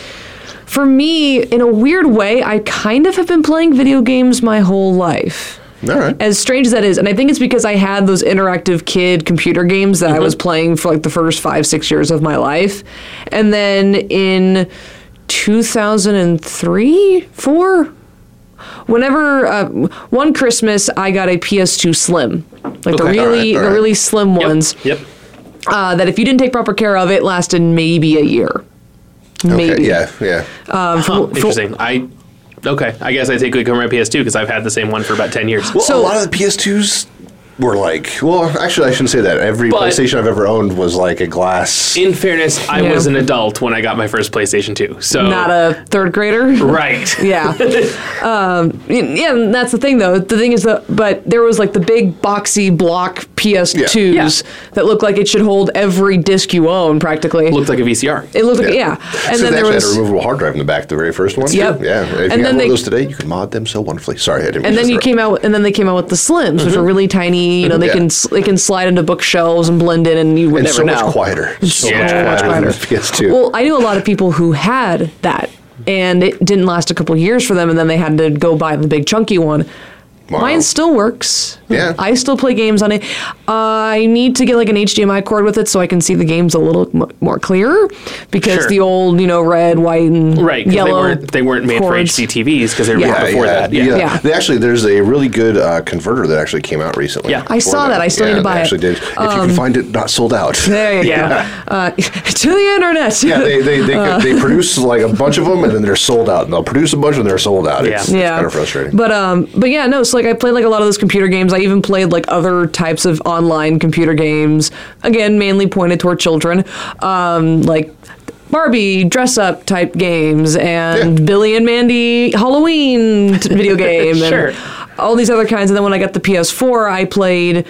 Speaker 3: For me, in a weird way, I kind of have been playing video games my whole life.
Speaker 5: All right.
Speaker 3: As strange as that is, and I think it's because I had those interactive kid computer games that I was
Speaker 5: Mm-hmm.
Speaker 3: playing for like the first five, six years of my life. And then in 2003, four, whenever uh, one Christmas, I got a PS2 Slim, like the
Speaker 4: Okay.
Speaker 5: All
Speaker 3: really,
Speaker 5: right, all
Speaker 3: the
Speaker 5: right.
Speaker 3: really slim ones.
Speaker 4: Yep.
Speaker 3: Uh, that if you didn't take proper care of, it lasted maybe a year.
Speaker 5: Okay,
Speaker 3: Maybe. Uh,
Speaker 5: Yeah. Yeah.
Speaker 3: um,
Speaker 4: Huh, interesting. I okay. I guess I take good care of my PS2 because I've had the same one for about ten years.
Speaker 5: Well,
Speaker 3: So-
Speaker 5: a lot of the PS2s were like, well, actually, I shouldn't say that. Every
Speaker 4: But-
Speaker 5: PlayStation I've ever owned was like a glass.
Speaker 4: In fairness, I
Speaker 3: Yeah.
Speaker 4: was an adult when I got my first PlayStation 2. So
Speaker 3: Not a third grader.
Speaker 4: right.
Speaker 3: Yeah. um, y- yeah, and that's the thing though. The thing is that but there was like the big boxy block PS2s
Speaker 4: Yeah.
Speaker 3: that looked like it should hold every disc you own practically.
Speaker 4: Looked like a VCR.
Speaker 3: it looked like yeah. And
Speaker 5: so
Speaker 3: then
Speaker 5: they
Speaker 3: there
Speaker 5: actually had a
Speaker 3: was
Speaker 5: removable hard drive in the back, the very first one.
Speaker 3: Yep.
Speaker 5: Yeah. If
Speaker 3: And
Speaker 5: you
Speaker 3: then
Speaker 5: have one
Speaker 3: they-
Speaker 5: of those today, you can mod them so wonderfully. Sorry, I didn't. mean
Speaker 3: and
Speaker 5: to
Speaker 3: then you
Speaker 5: interrupt.
Speaker 3: came out with- and then they came out with the slims which are really tiny, you know, they
Speaker 5: Mm-hmm. Yeah.
Speaker 3: can s- they can slide into bookshelves and blend in and you would
Speaker 5: And
Speaker 3: never
Speaker 5: so
Speaker 3: know.
Speaker 5: much quieter. So
Speaker 4: Yeah.
Speaker 5: much quieter than the
Speaker 3: Much
Speaker 5: PS2.
Speaker 3: Well, I knew a lot of people who had that, and it didn't last a couple years for them, and then they had to go buy the big chunky one.
Speaker 5: Wow.
Speaker 3: Mine still works.
Speaker 5: Yeah.
Speaker 3: I still play games on it. I need to get like an HDMI cord with it so I can see the games a little m- more clearer because
Speaker 4: Sure.
Speaker 3: the old, you know, red, white, and
Speaker 4: Right. 'cause
Speaker 3: yellow.
Speaker 4: They weren't, they weren't made
Speaker 3: cords.
Speaker 4: for HDTVs because they were
Speaker 3: Yeah.
Speaker 4: made before that. Yeah.
Speaker 5: yeah.
Speaker 3: Yeah.
Speaker 5: They actually, there's a really good uh, converter that actually came out recently.
Speaker 4: Yeah.
Speaker 3: I
Speaker 5: for
Speaker 3: saw that. I still need
Speaker 5: Yeah,
Speaker 3: to
Speaker 5: they
Speaker 3: buy it. Um,
Speaker 5: Actually, did if you can find it, not sold out.
Speaker 3: There you
Speaker 4: Yeah.
Speaker 3: go. Uh, to the internet.
Speaker 5: yeah, they they they,
Speaker 3: uh,
Speaker 5: they produce like a bunch of them and then they're sold out, and they'll produce a bunch and they're sold out. It's,
Speaker 4: Yeah.
Speaker 5: it's kind of frustrating.
Speaker 3: But um, but yeah, no, just like I played like a lot of those computer games. I even played like other types of online computer games. Again, mainly pointed toward children, um, like Barbie dress up type games and
Speaker 5: Yeah.
Speaker 3: Billy and Mandy Halloween t- video game
Speaker 4: Sure.
Speaker 3: and all these other kinds. And then when I got the PS4, I played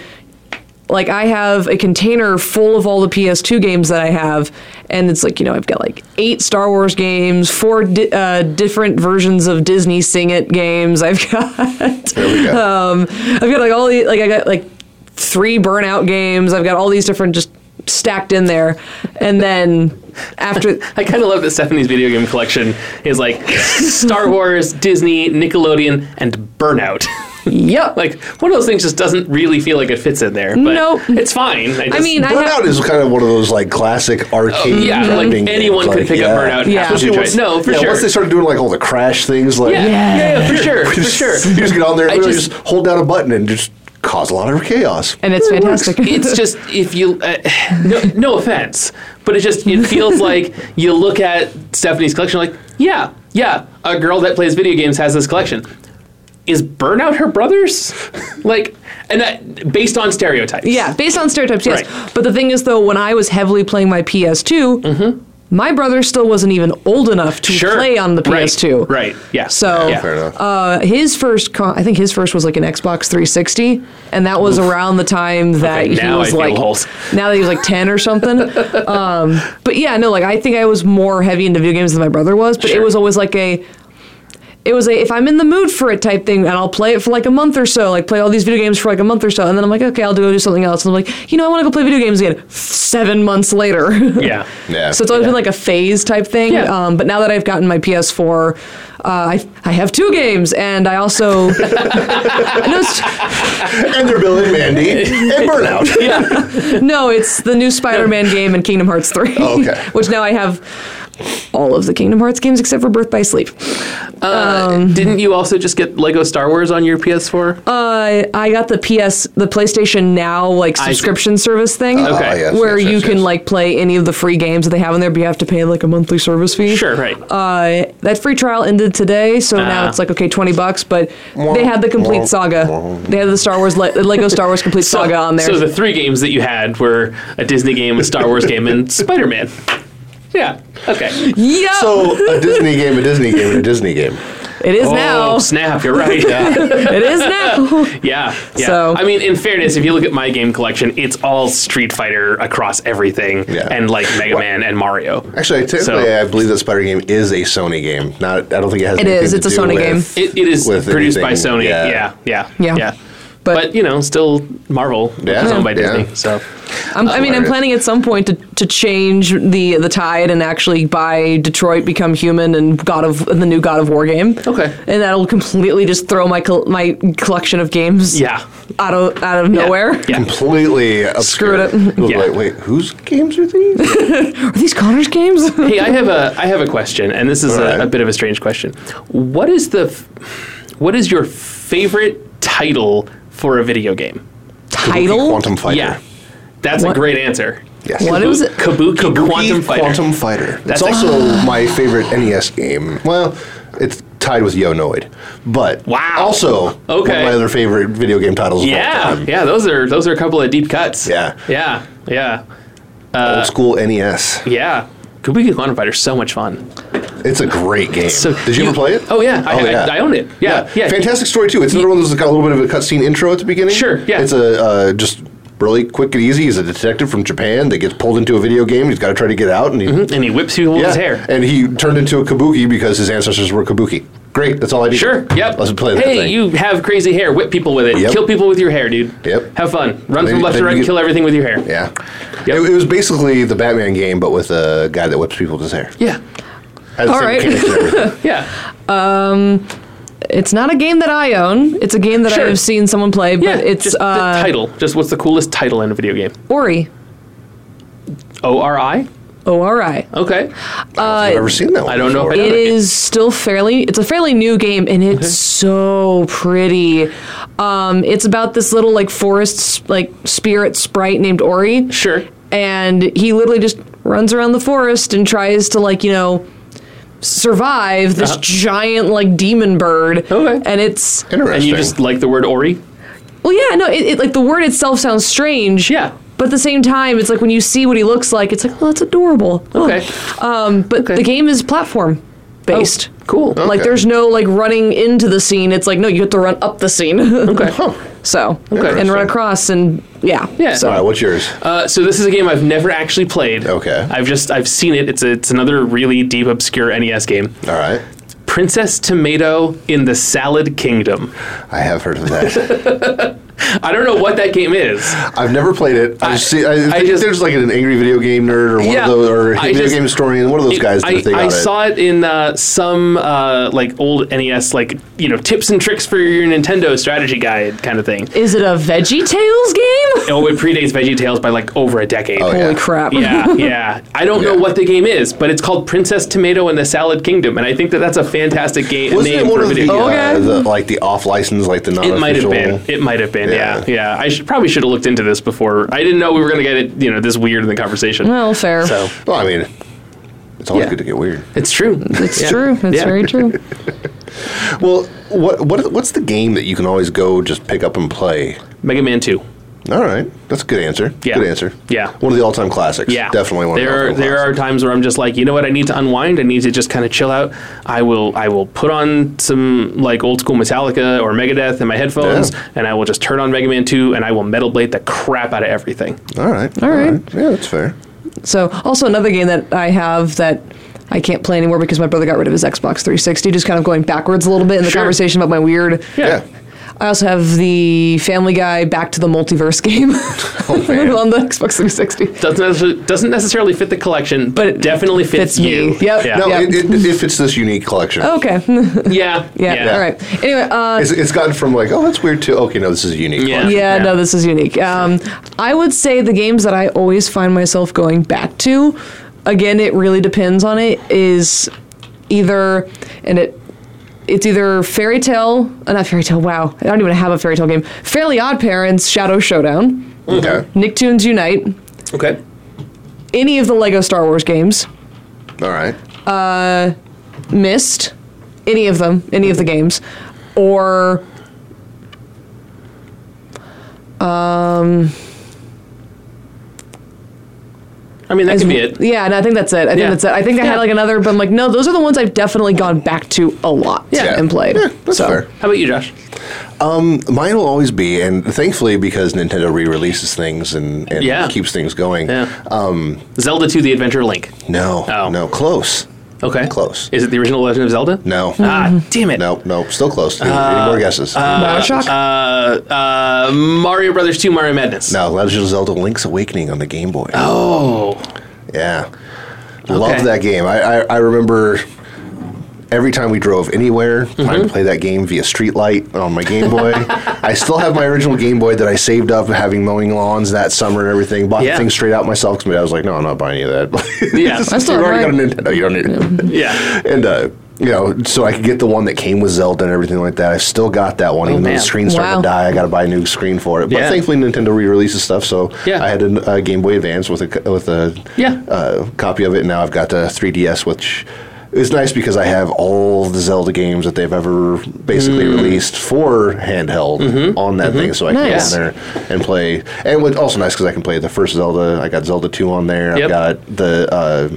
Speaker 3: like I have a container full of all the PS2 games that I have, and it's like you know I've got like eight Star Wars games, four di- uh, different versions of Disney Sing It games. I've got
Speaker 5: There we go.
Speaker 3: um, I've got like all the like I got like three Burnout games. I've got all these different just stacked in there, and then after
Speaker 4: I kind of love that Stephanie's video game collection is like Star Wars, Disney, Nickelodeon, and Burnout.
Speaker 3: yep,
Speaker 4: like one of those things just doesn't really feel like it fits in there. But
Speaker 3: Nope.
Speaker 4: it's fine. I, just,
Speaker 3: mean, I-
Speaker 5: Burnout is kind of one of those like classic arcade.
Speaker 4: yeah, like
Speaker 5: driving games,
Speaker 4: anyone could
Speaker 5: like,
Speaker 4: pick up Burnout. and
Speaker 3: Yeah.
Speaker 4: have to
Speaker 5: Especially
Speaker 4: enjoy
Speaker 5: once-
Speaker 4: it. No, for
Speaker 5: yeah,
Speaker 4: sure.
Speaker 5: Once they started doing like all the crash things, like
Speaker 4: yeah. Yeah. yeah, for sure, for
Speaker 5: just-
Speaker 4: sure.
Speaker 5: you just get on there and
Speaker 4: I
Speaker 5: really
Speaker 4: just-
Speaker 5: just, hold down a button and just cause a lot of chaos.
Speaker 3: and it's
Speaker 5: It works.
Speaker 3: fantastic.
Speaker 4: it's just if you uh, no, no offense but it just it feels like you look at stephanie's collection like yeah yeah a girl that plays video games has this collection is burnout her brother's like and that based on stereotypes
Speaker 3: Yeah, based on stereotypes, yes.
Speaker 4: Right.
Speaker 3: But the thing is, though, when I was heavily playing my PS2, my brother still wasn't even old enough to
Speaker 4: Mm-hmm. sure
Speaker 3: play on the
Speaker 4: Right,
Speaker 3: PS2.
Speaker 4: right, yeah
Speaker 3: So,
Speaker 4: Yeah.
Speaker 5: Fair enough.
Speaker 3: uh, his first, con- I think his first was like an Xbox 360, and that was around the time that
Speaker 4: Okay,
Speaker 3: he
Speaker 4: now I
Speaker 3: was
Speaker 4: feel
Speaker 3: like,
Speaker 4: old.
Speaker 3: now that he was like 10 or something. um, but yeah, no, like I think I was more heavy into video games than my brother was, but it
Speaker 4: Sure.
Speaker 3: was always like a, it was a if I'm in the mood for it type thing, and I'll play it for like a month or so, like play all these video games for like a month or so, and then I'm like, okay, I'll do, do something else, and I'm like, you know, I want to go play video games again. Seven months later.
Speaker 4: yeah
Speaker 5: Yeah.
Speaker 3: So it's always been like a phase type thing.
Speaker 4: Yeah.
Speaker 3: Um, but now that I've gotten my PS4, uh, I, I have two games, and I also no, it's,
Speaker 5: and they're Bill and Mandy and Burnout.
Speaker 3: no, it's the new Spider-Man game and Kingdom Hearts three,
Speaker 5: Oh, okay.
Speaker 3: which now I have all of the Kingdom Hearts games except for Birth by Sleep.
Speaker 4: Uh, didn't you also just get lego star wars on your ps4
Speaker 3: Uh, I got the PS, the PlayStation Now like
Speaker 4: I see.
Speaker 3: subscription service thing.
Speaker 5: Ah,
Speaker 4: Okay.
Speaker 5: yes,
Speaker 3: Where
Speaker 5: yes,
Speaker 3: you
Speaker 5: yes,
Speaker 3: can
Speaker 5: yes.
Speaker 3: like play any of the free games that they have in there, but you have to pay like a monthly service fee.
Speaker 4: sure right
Speaker 3: Uh, that free trial ended today, so now
Speaker 4: Ah.
Speaker 3: it's like okay, twenty bucks. But they had the complete
Speaker 5: Womp,
Speaker 3: saga. They had the Star Wars, Le- the Lego Star Wars complete saga on there.
Speaker 4: so the three games that you had were a disney game a star wars game and spider-man yeah okay
Speaker 3: Yep,
Speaker 5: So a Disney game, a Disney game, and a Disney game.
Speaker 3: it is
Speaker 4: oh
Speaker 3: now.
Speaker 4: snap you're right
Speaker 3: It is now.
Speaker 4: Yeah, yeah.
Speaker 3: So-
Speaker 4: I mean, in fairness, if you look at my game collection, it's all Street Fighter across everything,
Speaker 5: Yeah.
Speaker 4: and like Mega Man and Mario.
Speaker 5: Actually, technically,
Speaker 4: So-
Speaker 5: I believe that Spider Game is a Sony game. Not, I don't think it has.
Speaker 3: It
Speaker 5: anything
Speaker 3: is.
Speaker 5: to
Speaker 3: It's a
Speaker 5: do
Speaker 3: Sony
Speaker 5: with-
Speaker 3: game.
Speaker 4: It, it is
Speaker 5: With
Speaker 4: produced by
Speaker 5: anything,
Speaker 4: Sony.
Speaker 5: yeah.
Speaker 4: Yeah, yeah,
Speaker 3: Yeah.
Speaker 4: yeah.
Speaker 3: But-
Speaker 4: But, you know, still Marvel, which
Speaker 5: Yeah,
Speaker 4: is owned by
Speaker 5: yeah.
Speaker 4: Disney. So
Speaker 3: I'm, I mean, I'm
Speaker 5: Hilarious.
Speaker 3: planning at some point to, to change the the tide and actually buy Detroit Become Human and God of the new God of War game.
Speaker 4: Okay.
Speaker 3: and that'll completely just throw my col- my collection of games
Speaker 4: yeah,
Speaker 3: out of out of nowhere.
Speaker 4: yeah.
Speaker 5: Completely
Speaker 3: Screwed
Speaker 5: obscure.
Speaker 3: it.
Speaker 5: Look
Speaker 4: Yeah.
Speaker 5: like, wait, whose games are these?
Speaker 3: Are these Connors games?
Speaker 4: hey, I have a I have a question, and this is
Speaker 5: All right.
Speaker 4: a, a bit of a strange question. What is the f- what is your favorite title for a video game?
Speaker 3: Title.
Speaker 5: Quantum Fighter.
Speaker 4: Yeah, that's
Speaker 3: What?
Speaker 4: a great answer.
Speaker 5: Yes.
Speaker 3: What is it?
Speaker 4: Kabuki, Quantum Fighter.
Speaker 5: Quantum Fighter.
Speaker 4: That's
Speaker 5: That's
Speaker 4: like-
Speaker 5: also my favorite NES game. Well, it's tied with Yo Noid, but
Speaker 4: Wow.
Speaker 5: also one of
Speaker 4: Okay.
Speaker 5: my other favorite video game titles of all
Speaker 4: Yeah,
Speaker 5: time.
Speaker 4: yeah, those are those are a couple of deep cuts.
Speaker 5: Yeah.
Speaker 4: yeah, yeah,
Speaker 5: Old school E NES.
Speaker 4: yeah. Kabuki Quantum Fighter is so much fun.
Speaker 5: It's a great game.
Speaker 4: So
Speaker 5: Did you, ever play it?
Speaker 4: Oh yeah, I, I- I, own it. Yeah, yeah.
Speaker 5: Fantastic story too. It's another one that's got a little bit of a cutscene intro at the beginning.
Speaker 4: Sure, yeah.
Speaker 5: It's a uh, just really quick and easy. He's a detective from Japan that gets pulled into a video game. He's got to try to get out, and he
Speaker 4: And he whips people with Mm-hmm. his hair.
Speaker 5: And he turned into a kabuki because his ancestors were kabuki. Great, that's all I need.
Speaker 4: Sure. Yep.
Speaker 5: Let's play that
Speaker 4: hey,
Speaker 5: thing.
Speaker 4: you have crazy hair. Whip people with it.
Speaker 5: Yep.
Speaker 4: Kill people with your hair, dude.
Speaker 5: Yep.
Speaker 4: Have fun. Run
Speaker 5: Then-
Speaker 4: from left
Speaker 5: then
Speaker 4: to right.
Speaker 5: you-
Speaker 4: and Kill everything with your hair.
Speaker 5: yeah.
Speaker 4: Yep.
Speaker 5: It, it was basically the Batman game, but with a guy that whips people with his hair.
Speaker 4: Yeah.
Speaker 5: Has the
Speaker 3: All
Speaker 5: same
Speaker 3: right.
Speaker 5: mechanics and everything.
Speaker 4: Yeah.
Speaker 3: It's not a game that I own. It's a game that
Speaker 4: Sure.
Speaker 3: I have seen someone play, but
Speaker 4: Yeah.
Speaker 3: it's
Speaker 4: just the
Speaker 3: uh,
Speaker 4: title. Just what's the coolest title in a video game?
Speaker 3: Ori.
Speaker 4: O R I.
Speaker 3: O R I.
Speaker 4: Okay.
Speaker 5: I've never seen that. One
Speaker 4: I don't know if
Speaker 5: before.
Speaker 4: I
Speaker 3: It
Speaker 4: know.
Speaker 3: is still fairly. It's a fairly new game, and it's so pretty. Um, it's about this little like forest s- like spirit sprite named Ori.
Speaker 4: Sure.
Speaker 3: and he literally just runs around the forest and tries to like you know survive this
Speaker 4: Uh-huh.
Speaker 3: giant like demon bird.
Speaker 4: Okay.
Speaker 3: And it's
Speaker 5: Interesting.
Speaker 4: And you just like the word Ori?
Speaker 3: well, yeah, no, it, it like the word itself sounds strange.
Speaker 4: Yeah.
Speaker 3: But at the same time, it's like when you see what he looks like, it's like, oh, that's adorable. Oh.
Speaker 4: Okay.
Speaker 3: Um, but
Speaker 4: Okay. Oh,
Speaker 3: the game is platform based.
Speaker 4: Cool.
Speaker 3: Like
Speaker 5: Okay.
Speaker 3: there's no like running into the scene. It's like no, you have to run up the scene.
Speaker 4: Okay.
Speaker 3: so
Speaker 4: Okay.
Speaker 3: and run across and yeah.
Speaker 4: Yeah.
Speaker 5: All
Speaker 3: So
Speaker 5: right, what's yours?
Speaker 4: Uh, so this is a game I've never actually played.
Speaker 5: Okay.
Speaker 4: I've just I've seen it. It's a, it's another really deep obscure NES game.
Speaker 5: All right.
Speaker 4: Princess Tomato in the Salad Kingdom.
Speaker 5: I have heard of that.
Speaker 4: I don't know what that game is.
Speaker 5: I've never played it. I,
Speaker 4: I-
Speaker 5: just see. I,
Speaker 4: I
Speaker 5: think
Speaker 4: just-
Speaker 5: there's like an angry video game nerd or one
Speaker 4: Yeah,
Speaker 5: of those, or a
Speaker 4: I
Speaker 5: video
Speaker 4: just-
Speaker 5: game historian. One of those guys did
Speaker 4: I,
Speaker 5: a thing
Speaker 4: I
Speaker 5: on it.
Speaker 4: saw it in uh, some uh, like old NES like you know tips and tricks for your Nintendo strategy guide kind of thing.
Speaker 3: is it a Veggie Tales game?
Speaker 4: Oh, it predates Veggie Tales by like over a decade.
Speaker 5: Oh, yeah.
Speaker 3: Holy crap!
Speaker 4: yeah, yeah. I don't know
Speaker 5: Yeah.
Speaker 4: what the game is, but it's called Princess Tomato and the Salad Kingdom, and I think that that's a fantastic game
Speaker 5: Wasn't
Speaker 4: name
Speaker 5: it
Speaker 4: for
Speaker 5: one
Speaker 4: a
Speaker 5: of the,
Speaker 4: video.
Speaker 5: uh,
Speaker 4: game.
Speaker 3: Okay.
Speaker 5: the like the off license, like the non
Speaker 4: It might have
Speaker 5: official?
Speaker 4: been. It might have been. Yeah,
Speaker 5: Yeah.
Speaker 4: yeah. I should, probably should have looked into this before. I didn't know we were going to get it. You know, this weird in the conversation.
Speaker 3: Well, fair.
Speaker 4: So
Speaker 5: Well, I mean, it's always
Speaker 4: Yeah.
Speaker 5: good to get weird.
Speaker 4: it's true.
Speaker 3: It's true. It's
Speaker 4: Yeah.
Speaker 3: very true.
Speaker 5: Well, what what what's the game that you can always go just pick up and play?
Speaker 4: Mega Man Two.
Speaker 5: All right, that's a good answer.
Speaker 4: Yeah.
Speaker 5: Good answer.
Speaker 4: Yeah.
Speaker 5: one of the all time classics.
Speaker 4: Yeah,
Speaker 5: definitely one.
Speaker 4: There are
Speaker 5: of the all-time
Speaker 4: there are
Speaker 5: classics.
Speaker 4: times where I'm just like, you know what? I need to unwind. I need to just kind of chill out. I will I will put on some like old school Metallica or Megadeth in my headphones,
Speaker 5: Yeah.
Speaker 4: and I will just turn on Mega Man Two, and I will metal blade the crap out of everything.
Speaker 5: All right,
Speaker 3: All right.
Speaker 5: Yeah, that's fair.
Speaker 3: So, also another game that I have that I can't play anymore because my brother got rid of his Xbox 360. Just kind of going backwards a little bit in the
Speaker 4: Sure.
Speaker 3: conversation about my weird.
Speaker 5: Yeah.
Speaker 3: I also have the Family Guy Back to the Multiverse game
Speaker 4: Oh,
Speaker 5: man.
Speaker 3: on the Xbox 360.
Speaker 4: Doesn't necessarily, doesn't necessarily fit the collection, but,
Speaker 3: But
Speaker 4: it
Speaker 3: it
Speaker 4: definitely fits,
Speaker 3: fits
Speaker 4: you.
Speaker 3: me. Yep.
Speaker 4: Yeah.
Speaker 5: No,
Speaker 3: Yeah.
Speaker 5: It, it, it fits this unique collection.
Speaker 3: Okay. yeah,
Speaker 4: Yeah.
Speaker 3: All right. Anyway, uh,
Speaker 5: It's, it's gotten from like, oh, that's weird too. Okay, no, this is a unique.
Speaker 4: Yeah.
Speaker 5: collection.
Speaker 3: yeah, no, this is unique. Um, I would say the games that I always find myself going back to, again, it really depends on it, is either, and it, it's either Fairy Tale, uh, not Fairy Tale, wow, I don't even have a Fairy Tale game. Fairly Odd Parents, Shadow Showdown,
Speaker 5: Okay.
Speaker 4: Mm-hmm.
Speaker 3: Nicktoons Unite,
Speaker 4: Okay.
Speaker 3: any of the Lego Star Wars games,
Speaker 5: All right.
Speaker 3: Mist, any of them, any of the games, or um,
Speaker 4: I mean, that could be it.
Speaker 3: yeah, and I think that's it. I think
Speaker 4: Yeah.
Speaker 3: that's it. I think I
Speaker 4: Yeah.
Speaker 3: had like another, but I'm like, no, those are the ones I've definitely gone back to a lot
Speaker 5: Yeah.
Speaker 3: and played.
Speaker 5: Yeah, that's
Speaker 3: so,
Speaker 5: fair.
Speaker 4: How about you, Josh?
Speaker 5: Mine will always be, and thankfully, because Nintendo re-releases things and, and
Speaker 4: Yeah.
Speaker 5: keeps things going.
Speaker 4: Yeah. Um, Zelda 2: The Adventure of Link.
Speaker 5: No,
Speaker 4: Oh.
Speaker 5: no, close.
Speaker 4: Okay.
Speaker 5: Close.
Speaker 4: Is it the original Legend of Zelda?
Speaker 5: No.
Speaker 4: Ah, damn it.
Speaker 5: No, no, still close. Any, any more guesses?
Speaker 3: Bioshock?
Speaker 4: uh, Mario Brothers 2 Mario Madness.
Speaker 5: no, Legend of Zelda: Link's Awakening on the Game Boy.
Speaker 4: Oh.
Speaker 5: Yeah. Love that game. I, I, I remember every time we drove anywhere, I
Speaker 4: Mm-hmm.
Speaker 5: would play that game via streetlight on my Game Boy. I still have my original Game Boy that I saved up having mowing lawns that summer and everything. Bought
Speaker 4: Yeah.
Speaker 5: the thing straight out myself because my dad was like, no, I'm not buying any of that.
Speaker 4: Yeah.
Speaker 5: This
Speaker 4: I
Speaker 5: is-
Speaker 3: still
Speaker 5: You've
Speaker 3: have
Speaker 5: already got a Nintendo. You don't need it.
Speaker 4: Yeah.
Speaker 5: And, uh, you know, so I could get the one that came with Zelda and everything like that. I've still got that one, even though
Speaker 4: Oh, man.
Speaker 5: the screen started to
Speaker 3: Wow.
Speaker 5: die. I got to buy a new screen for it. But
Speaker 4: Yeah.
Speaker 5: thankfully, Nintendo re-releases stuff, so
Speaker 4: Yeah.
Speaker 5: I had a uh, Game Boy Advance with a co- with a
Speaker 4: Yeah.
Speaker 5: uh, copy of it. and Now I've got the 3DS, which is nice because I have all the Zelda games that they've ever basically
Speaker 4: Mm.
Speaker 5: released for handheld
Speaker 4: Mm-hmm.
Speaker 5: on that thing, so I
Speaker 3: Nice.
Speaker 5: can go in there and play. And what's also nice because I can play the first Zelda. I got Zelda two on there.
Speaker 4: Yep.
Speaker 5: I've got the. Uh,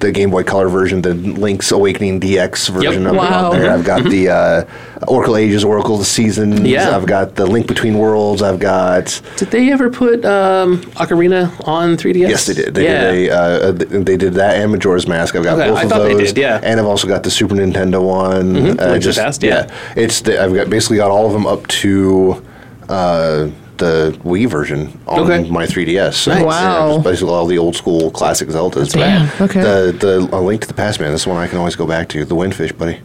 Speaker 5: the Game Boy Color version, the Link's Awakening DX version of
Speaker 3: Wow.
Speaker 5: it on there. I've got the uh, Oracle Ages, Oracle the Seasons.
Speaker 4: Yeah.
Speaker 5: I've got the Link Between Worlds. I've got
Speaker 4: Did they ever put um, Ocarina on 3DS?
Speaker 5: yes, they did. They
Speaker 4: yeah.
Speaker 5: did a uh, th- they did that and Majora's Mask. I've got
Speaker 4: Okay,
Speaker 5: both
Speaker 4: I
Speaker 5: of
Speaker 4: thought they
Speaker 5: those.
Speaker 4: did, yeah. Mm-hmm.
Speaker 5: and I've also got the Super Nintendo one. Uh,
Speaker 4: Link's Past, yeah.
Speaker 5: it's the, I've got basically got all of them up to. Uh, the Wii version on
Speaker 4: Okay.
Speaker 5: my 3DS. So,
Speaker 4: Nice.
Speaker 5: yeah,
Speaker 3: Wow.
Speaker 5: just basically all the old school classic Zeldas. But
Speaker 3: Damn, okay.
Speaker 5: The the A Link to the Past, man. This is one I can always go back to. The Windfish, buddy.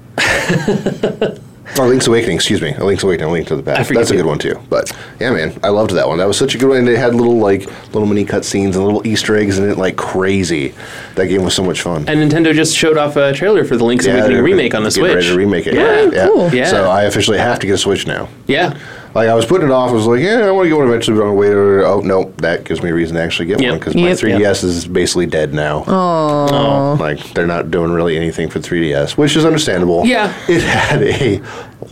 Speaker 5: Or Link's Awakening, excuse me. A Link's Awakening, A Link to the Past.
Speaker 4: forget
Speaker 5: That's a
Speaker 4: the-
Speaker 5: good one too. But yeah, man, I loved that one. That was such a good one. And it had little like little mini cutscenes and little Easter eggs in it, like crazy. That game was so much fun.
Speaker 4: And Nintendo just showed off a trailer for the Link's
Speaker 5: Yeah,
Speaker 4: Awakening
Speaker 5: they're
Speaker 4: remake on the
Speaker 5: getting
Speaker 4: Switch.
Speaker 5: Ready to remake it.
Speaker 4: Yeah.
Speaker 5: Yeah.
Speaker 3: cool.
Speaker 5: yeah.
Speaker 4: Yeah.
Speaker 5: So I officially have to get a Switch now.
Speaker 4: Yeah.
Speaker 5: Like I was putting it off. I was like, yeah, I want to get one eventually, but I'm gonna wait. Oh no, that gives me a reason to actually get
Speaker 4: Yep.
Speaker 5: one because my
Speaker 3: Yep.
Speaker 5: 3ds is basically dead now.
Speaker 4: Oh.
Speaker 5: Like they're not doing really anything for 3ds, which is understandable.
Speaker 4: Yeah.
Speaker 5: it had a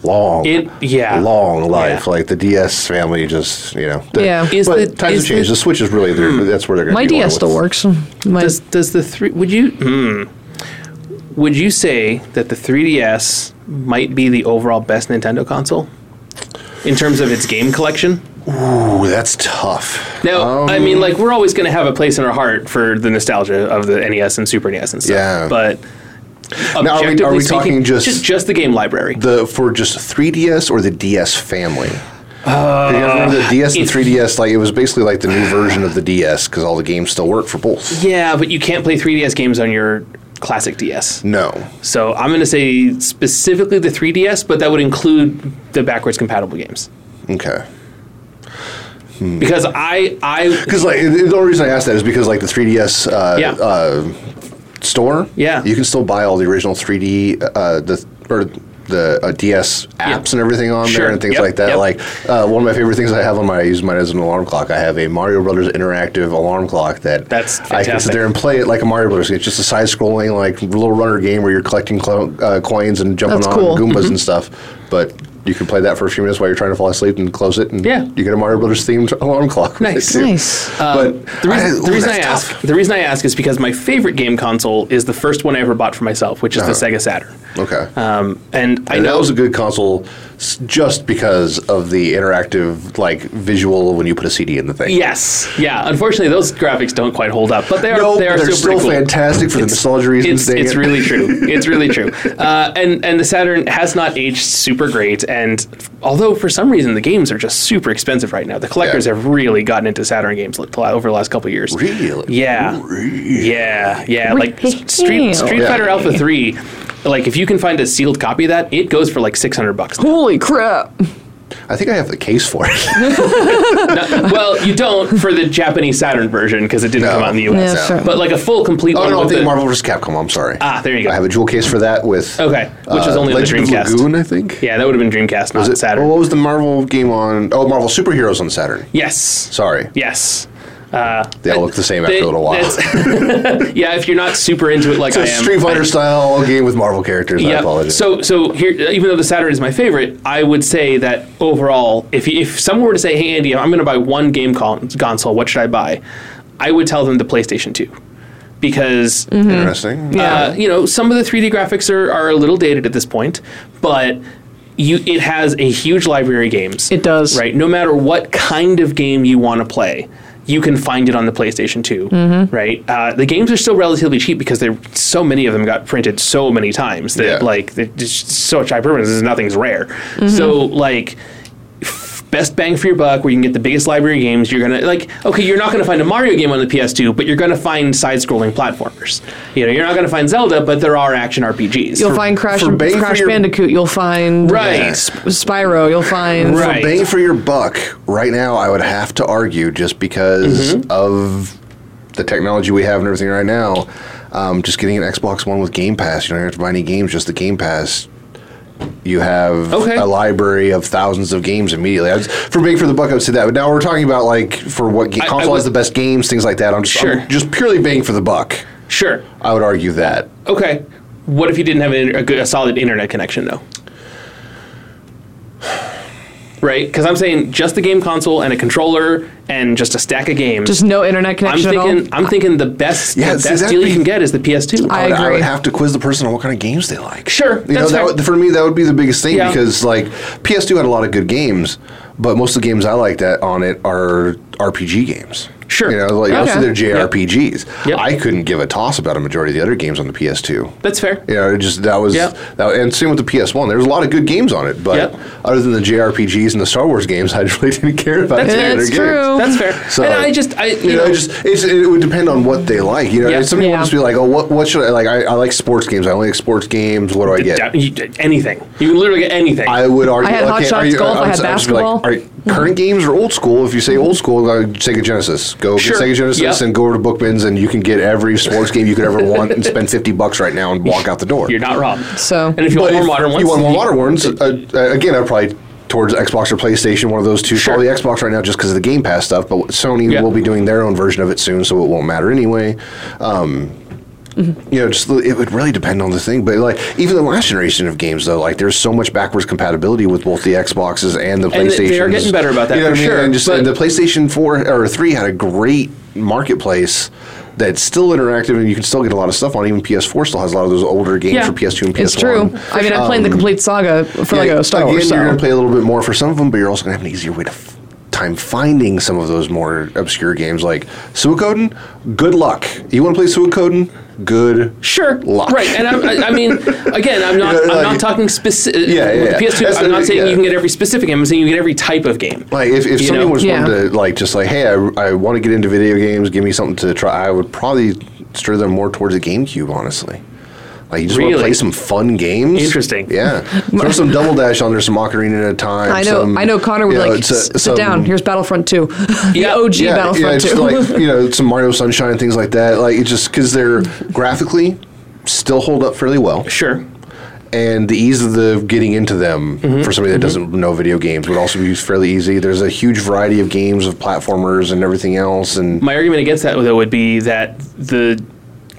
Speaker 5: long,
Speaker 4: It- yeah.
Speaker 5: long life.
Speaker 4: Yeah.
Speaker 5: Like the DS family just you know. the-
Speaker 3: Yeah.
Speaker 4: Is
Speaker 5: but
Speaker 4: the-
Speaker 5: times have
Speaker 4: is the-
Speaker 5: changed. The, Switch is really their, that's where they're gonna.
Speaker 3: My
Speaker 5: be going
Speaker 3: DS
Speaker 5: with-
Speaker 3: still works. My,
Speaker 4: Does does the three? Would you? Hmm. would you say that the 3DS might be the overall best Nintendo console in terms of its game collection?
Speaker 5: Ooh, that's tough.
Speaker 4: Now, I
Speaker 5: Um,
Speaker 4: mean, like we're always going to have a place in our heart for the nostalgia of the NES and Super NES and stuff.
Speaker 5: Yeah.
Speaker 4: But
Speaker 5: we- are
Speaker 4: objectively
Speaker 5: we
Speaker 4: speaking,
Speaker 5: talking just-
Speaker 4: just the game library?
Speaker 5: the for just 3DS or the DS family? Because remember the DS and
Speaker 4: if-
Speaker 5: 3DS, like it was basically like the new version of the DS because all the games still work for both.
Speaker 4: yeah, but you can't play 3DS games on your classic DS.
Speaker 5: No,
Speaker 4: So I'm going to say specifically the 3DS, but that would include the backwards compatible games
Speaker 5: okay. Hmm.
Speaker 4: because I I
Speaker 5: Because like the the only reason I asked that is because like the 3DS uh,
Speaker 4: Yeah.
Speaker 5: uh, store,
Speaker 4: Yeah.
Speaker 5: you can still buy all the original 3D uh, the or the uh, DS apps and everything on
Speaker 4: Sure.
Speaker 5: there and things
Speaker 4: Yep,
Speaker 5: like that.
Speaker 4: yep.
Speaker 5: Like uh, one of my favorite things I have on my I use mine as an alarm clock. I have a Mario Brothers interactive alarm clock that
Speaker 4: That's
Speaker 5: I can sit
Speaker 4: fantastic.
Speaker 5: there and play it like a Mario Brothers. game. It's just a side scrolling like little runner game where you're collecting clo- uh, coins and jumping
Speaker 3: That's
Speaker 5: on
Speaker 3: cool. Mm-hmm.
Speaker 5: Goombas and stuff, but. You can play that for a few minutes while you're trying to fall asleep and close it, and
Speaker 4: Yeah.
Speaker 5: you get a Mario Brothers themed alarm clock. with it,
Speaker 4: Nice. Uh,
Speaker 5: too.
Speaker 3: Nice.
Speaker 5: But
Speaker 4: the reason, the
Speaker 5: ooh,
Speaker 4: reason I
Speaker 5: that's
Speaker 4: ask
Speaker 5: tough.
Speaker 4: the reason I ask is because my favorite game console is the first one I ever bought for myself, which is the Sega Saturn.
Speaker 5: Uh-huh. Okay.
Speaker 4: Um, and I
Speaker 5: and
Speaker 4: know
Speaker 5: that was a good console s- just because of the interactive like visual when you put a CD in the thing.
Speaker 4: Yes. Yeah. Unfortunately, those graphics don't quite hold up, but they are
Speaker 5: No,
Speaker 4: they are
Speaker 5: they're
Speaker 4: still,
Speaker 5: still
Speaker 4: pretty cool.
Speaker 5: fantastic for the nostalgia reasons.
Speaker 4: It's,
Speaker 5: dang
Speaker 4: it's
Speaker 5: it.
Speaker 4: really true. It's really true. Uh, and and the Saturn has not aged super great. And f- although for some reason the games are just super expensive right now, the collectors
Speaker 5: Yeah.
Speaker 4: have really gotten into Saturn games like, over the last couple of years.
Speaker 5: Really?
Speaker 4: Yeah. Yeah. Yeah. Like
Speaker 3: Really?
Speaker 4: s- Street Street
Speaker 5: Yeah.
Speaker 4: Fighter Alpha Three. Like if you can find a sealed copy of that, it goes for like six hundred bucks.
Speaker 3: holy crap!
Speaker 5: I think I have the case for it.
Speaker 4: No, well, you don't for the Japanese Saturn version because it didn't
Speaker 5: No.
Speaker 4: come out in the U.S.
Speaker 3: Yeah, sure.
Speaker 4: But like a full complete
Speaker 5: oh
Speaker 4: one
Speaker 5: no, I
Speaker 4: with
Speaker 5: think
Speaker 4: the-
Speaker 5: Marvel vs. Capcom. I'm sorry.
Speaker 4: Ah, there you go.
Speaker 5: I have a jewel case for that with
Speaker 4: Okay, which was
Speaker 5: uh,
Speaker 4: only on the
Speaker 5: Legend
Speaker 4: Dreamcast.
Speaker 5: of Lagoon, I think.
Speaker 4: Yeah, that would have been Dreamcast, not
Speaker 5: Was it Oh,
Speaker 4: Saturn.
Speaker 5: Well, what was the Marvel game on? Oh, Marvel Superheroes on Saturn.
Speaker 4: yes.
Speaker 5: Sorry,
Speaker 4: Yes. Uh,
Speaker 5: they all look the same after
Speaker 4: they-
Speaker 5: a little while. It's
Speaker 4: that's- yeah, if you're not super into it like I
Speaker 5: a
Speaker 4: am.
Speaker 5: Street Fighter style game with Marvel characters. I
Speaker 4: Yeah.
Speaker 5: apologize.
Speaker 4: So so here, even though the Saturn is my favorite, I would say that overall, if you, if someone were to say, "Hey Andy, I'm going to buy one game con- console. What should I buy?" I would tell them the PlayStation 2, because
Speaker 5: interesting.
Speaker 4: Uh, you know, some of the 3D graphics are, are a little dated at this point, but you it has a huge library of games.
Speaker 3: It does.
Speaker 4: Right. No matter what kind of game you want to play, you can find it on the PlayStation 2.
Speaker 3: Mm-hmm.
Speaker 4: Right. Uh, the games are still relatively cheap because there so many of them got printed so many times that
Speaker 5: Yeah.
Speaker 4: like they're just so much hyperbolism nothing's rare.
Speaker 3: Mm-hmm.
Speaker 4: So like best bang for your buck where you can get the biggest library of games you're gonna like okay you're not gonna find a mario game on the ps2 but you're gonna find side-scrolling platformers you know you're not gonna find zelda but there are action rpgs
Speaker 3: You'll find Crash,
Speaker 5: for Bang for
Speaker 3: Crash
Speaker 5: your-
Speaker 3: Bandicoot. You'll find
Speaker 4: Right.
Speaker 3: uh, Sp- Spyro. You'll find
Speaker 4: Right.
Speaker 5: For bang for your buck, right now I would have to argue just because
Speaker 4: Mm-hmm.
Speaker 5: of the technology we have and everything right now. Um, just getting an Xbox One with Game Pass, you don't have to buy any games, just the Game Pass. You have
Speaker 4: Okay.
Speaker 5: a library of thousands of games immediately. I was, for bang for the buck, I would say that. But now we're talking about like for what ga-
Speaker 4: I- I
Speaker 5: console
Speaker 4: would-
Speaker 5: has the best games, things like that. I'm just,
Speaker 4: Sure.
Speaker 5: I'm just purely bang for the buck.
Speaker 4: sure
Speaker 5: I would argue that.
Speaker 4: okay what if you didn't have an, a, good, a solid internet connection though right because i'm saying just the game console and a controller and just a stack of games
Speaker 3: Just no internet
Speaker 4: i'm
Speaker 3: connection
Speaker 4: thinking
Speaker 3: at all.
Speaker 4: i'm thinking the best
Speaker 5: Yeah,
Speaker 4: the
Speaker 5: see,
Speaker 4: best
Speaker 5: that'd
Speaker 4: deal
Speaker 5: be-
Speaker 4: you can get is the ps2
Speaker 3: I
Speaker 5: would- I
Speaker 3: agree.
Speaker 5: would have to quiz the person on what kind of games they like.
Speaker 4: sure
Speaker 5: You know,
Speaker 4: that's
Speaker 5: that
Speaker 4: fair.
Speaker 5: would, for me, that would be the biggest thing
Speaker 4: Yeah.
Speaker 5: because like PS2 had a lot of good games, but most of the games I like that on it are RPG games.
Speaker 4: Sure.
Speaker 5: you know, like
Speaker 4: Okay.
Speaker 5: mostly they're JRPGs.
Speaker 4: Yep.
Speaker 5: I couldn't give a toss about a majority of the other games on the PS2.
Speaker 4: that's fair
Speaker 5: You know, it just that was
Speaker 4: Yep.
Speaker 5: that, and same with the PS1. There's a lot of good games on it, but
Speaker 4: Yep.
Speaker 5: other than the JRPGs and the Star Wars games, I really didn't care about
Speaker 4: That's
Speaker 5: any
Speaker 4: fair.
Speaker 5: other
Speaker 3: That's
Speaker 5: games.
Speaker 3: true.
Speaker 4: That's fair.
Speaker 5: So-
Speaker 4: and I just, I, you,
Speaker 5: You know,
Speaker 4: know,
Speaker 5: it just it's, it would depend on what they like. You know,
Speaker 4: Yeah.
Speaker 5: if somebody
Speaker 3: Yeah.
Speaker 5: wants to be like, oh, what what should I like? I, I like sports games. I only like sports games. What do I get?
Speaker 4: Da- you- anything. You can literally get anything.
Speaker 5: I would argue.
Speaker 3: I had Hot
Speaker 5: okay,
Speaker 3: Shots
Speaker 5: are you-
Speaker 3: Golf,
Speaker 5: I'm
Speaker 3: I had
Speaker 5: just- I'm just gonna be
Speaker 3: basketball. Mm-hmm.
Speaker 5: are you current games or old school? If you say old school, uh, Sega Genesis. Go
Speaker 4: Sure,
Speaker 5: get Sega Genesis
Speaker 4: yeah.
Speaker 5: and go over to Bookman's, and you can get every sports game you could ever want, and spend fifty bucks right now and walk out the door.
Speaker 4: You're not wrong.
Speaker 3: So-
Speaker 4: and if you want
Speaker 5: But
Speaker 4: more
Speaker 5: if
Speaker 4: modern ones,
Speaker 5: You want more modern ones? Uh, uh, again, I'd probably towards Xbox or PlayStation, one of those two.
Speaker 4: Sure.
Speaker 5: Probably Xbox right now just because of the Game Pass stuff, but Sony
Speaker 4: Yeah.
Speaker 5: will be doing their own version of it soon, so it won't matter anyway. Um,
Speaker 4: Mm-hmm.
Speaker 5: You know, just it would really depend on the thing, but like even the last generation of games, though, like there's so much backwards compatibility with both the Xboxes and the
Speaker 4: And
Speaker 5: PlayStations.
Speaker 4: they are getting better about that
Speaker 5: You know
Speaker 4: for
Speaker 5: what I mean?
Speaker 4: sure,
Speaker 5: And just
Speaker 4: but-
Speaker 5: and the PlayStation Four or Three had a great marketplace that's still interactive, and you can still get a lot of stuff on. Even PS4 still has a lot of those older games
Speaker 4: Yeah.
Speaker 5: for PS2 and PS1.
Speaker 3: It's true. I mean, I'm playing the complete saga for like
Speaker 5: Um, Yeah,
Speaker 3: a Star
Speaker 5: again,
Speaker 3: Wars.
Speaker 5: You're
Speaker 3: So.
Speaker 5: going to play a little bit more for some of them, but you're also going to have an easier way to f- time finding some of those more obscure games like Suikoden. Good luck. You want to play Suikoden? Good.
Speaker 4: Sure.
Speaker 5: Luck.
Speaker 4: Right, and I'm- I, I mean, again, I'm not,
Speaker 5: You know,
Speaker 4: I'm
Speaker 5: like-
Speaker 4: not talking specific.
Speaker 5: Yeah, yeah, yeah.
Speaker 4: PS2,
Speaker 5: That's
Speaker 4: I'm
Speaker 5: the-
Speaker 4: not saying
Speaker 5: yeah.
Speaker 4: you can get every specific game. I'm saying you can get every type of game.
Speaker 5: Like if, if
Speaker 4: You
Speaker 5: somebody
Speaker 4: know?
Speaker 5: was
Speaker 3: Yeah.
Speaker 5: wanting to like just like hey I, I want to get into video games give me something to try I would probably steer them more towards the GameCube honestly like you just want to
Speaker 4: Really?
Speaker 5: play some fun games
Speaker 4: Interesting.
Speaker 5: yeah throw some Double Dash on there some Ocarina at a time
Speaker 3: I know.
Speaker 5: some,
Speaker 3: I know. Connor would
Speaker 5: you know,
Speaker 3: like
Speaker 5: it's a-
Speaker 3: s- sit
Speaker 5: some-
Speaker 3: down. Here's Battlefront Two. the
Speaker 4: Yeah.
Speaker 3: OG
Speaker 5: yeah,
Speaker 3: Battlefront
Speaker 5: yeah,
Speaker 3: Two.
Speaker 5: it's like you know some Mario Sunshine things like that like it's just because they're graphically still hold up fairly well
Speaker 4: Sure.
Speaker 5: and the ease of the getting into them
Speaker 4: Mm-hmm.
Speaker 5: for somebody that doesn't know video games would also be fairly easy. There's a huge variety of games of platformers and everything else, and
Speaker 4: My argument against that though would be that the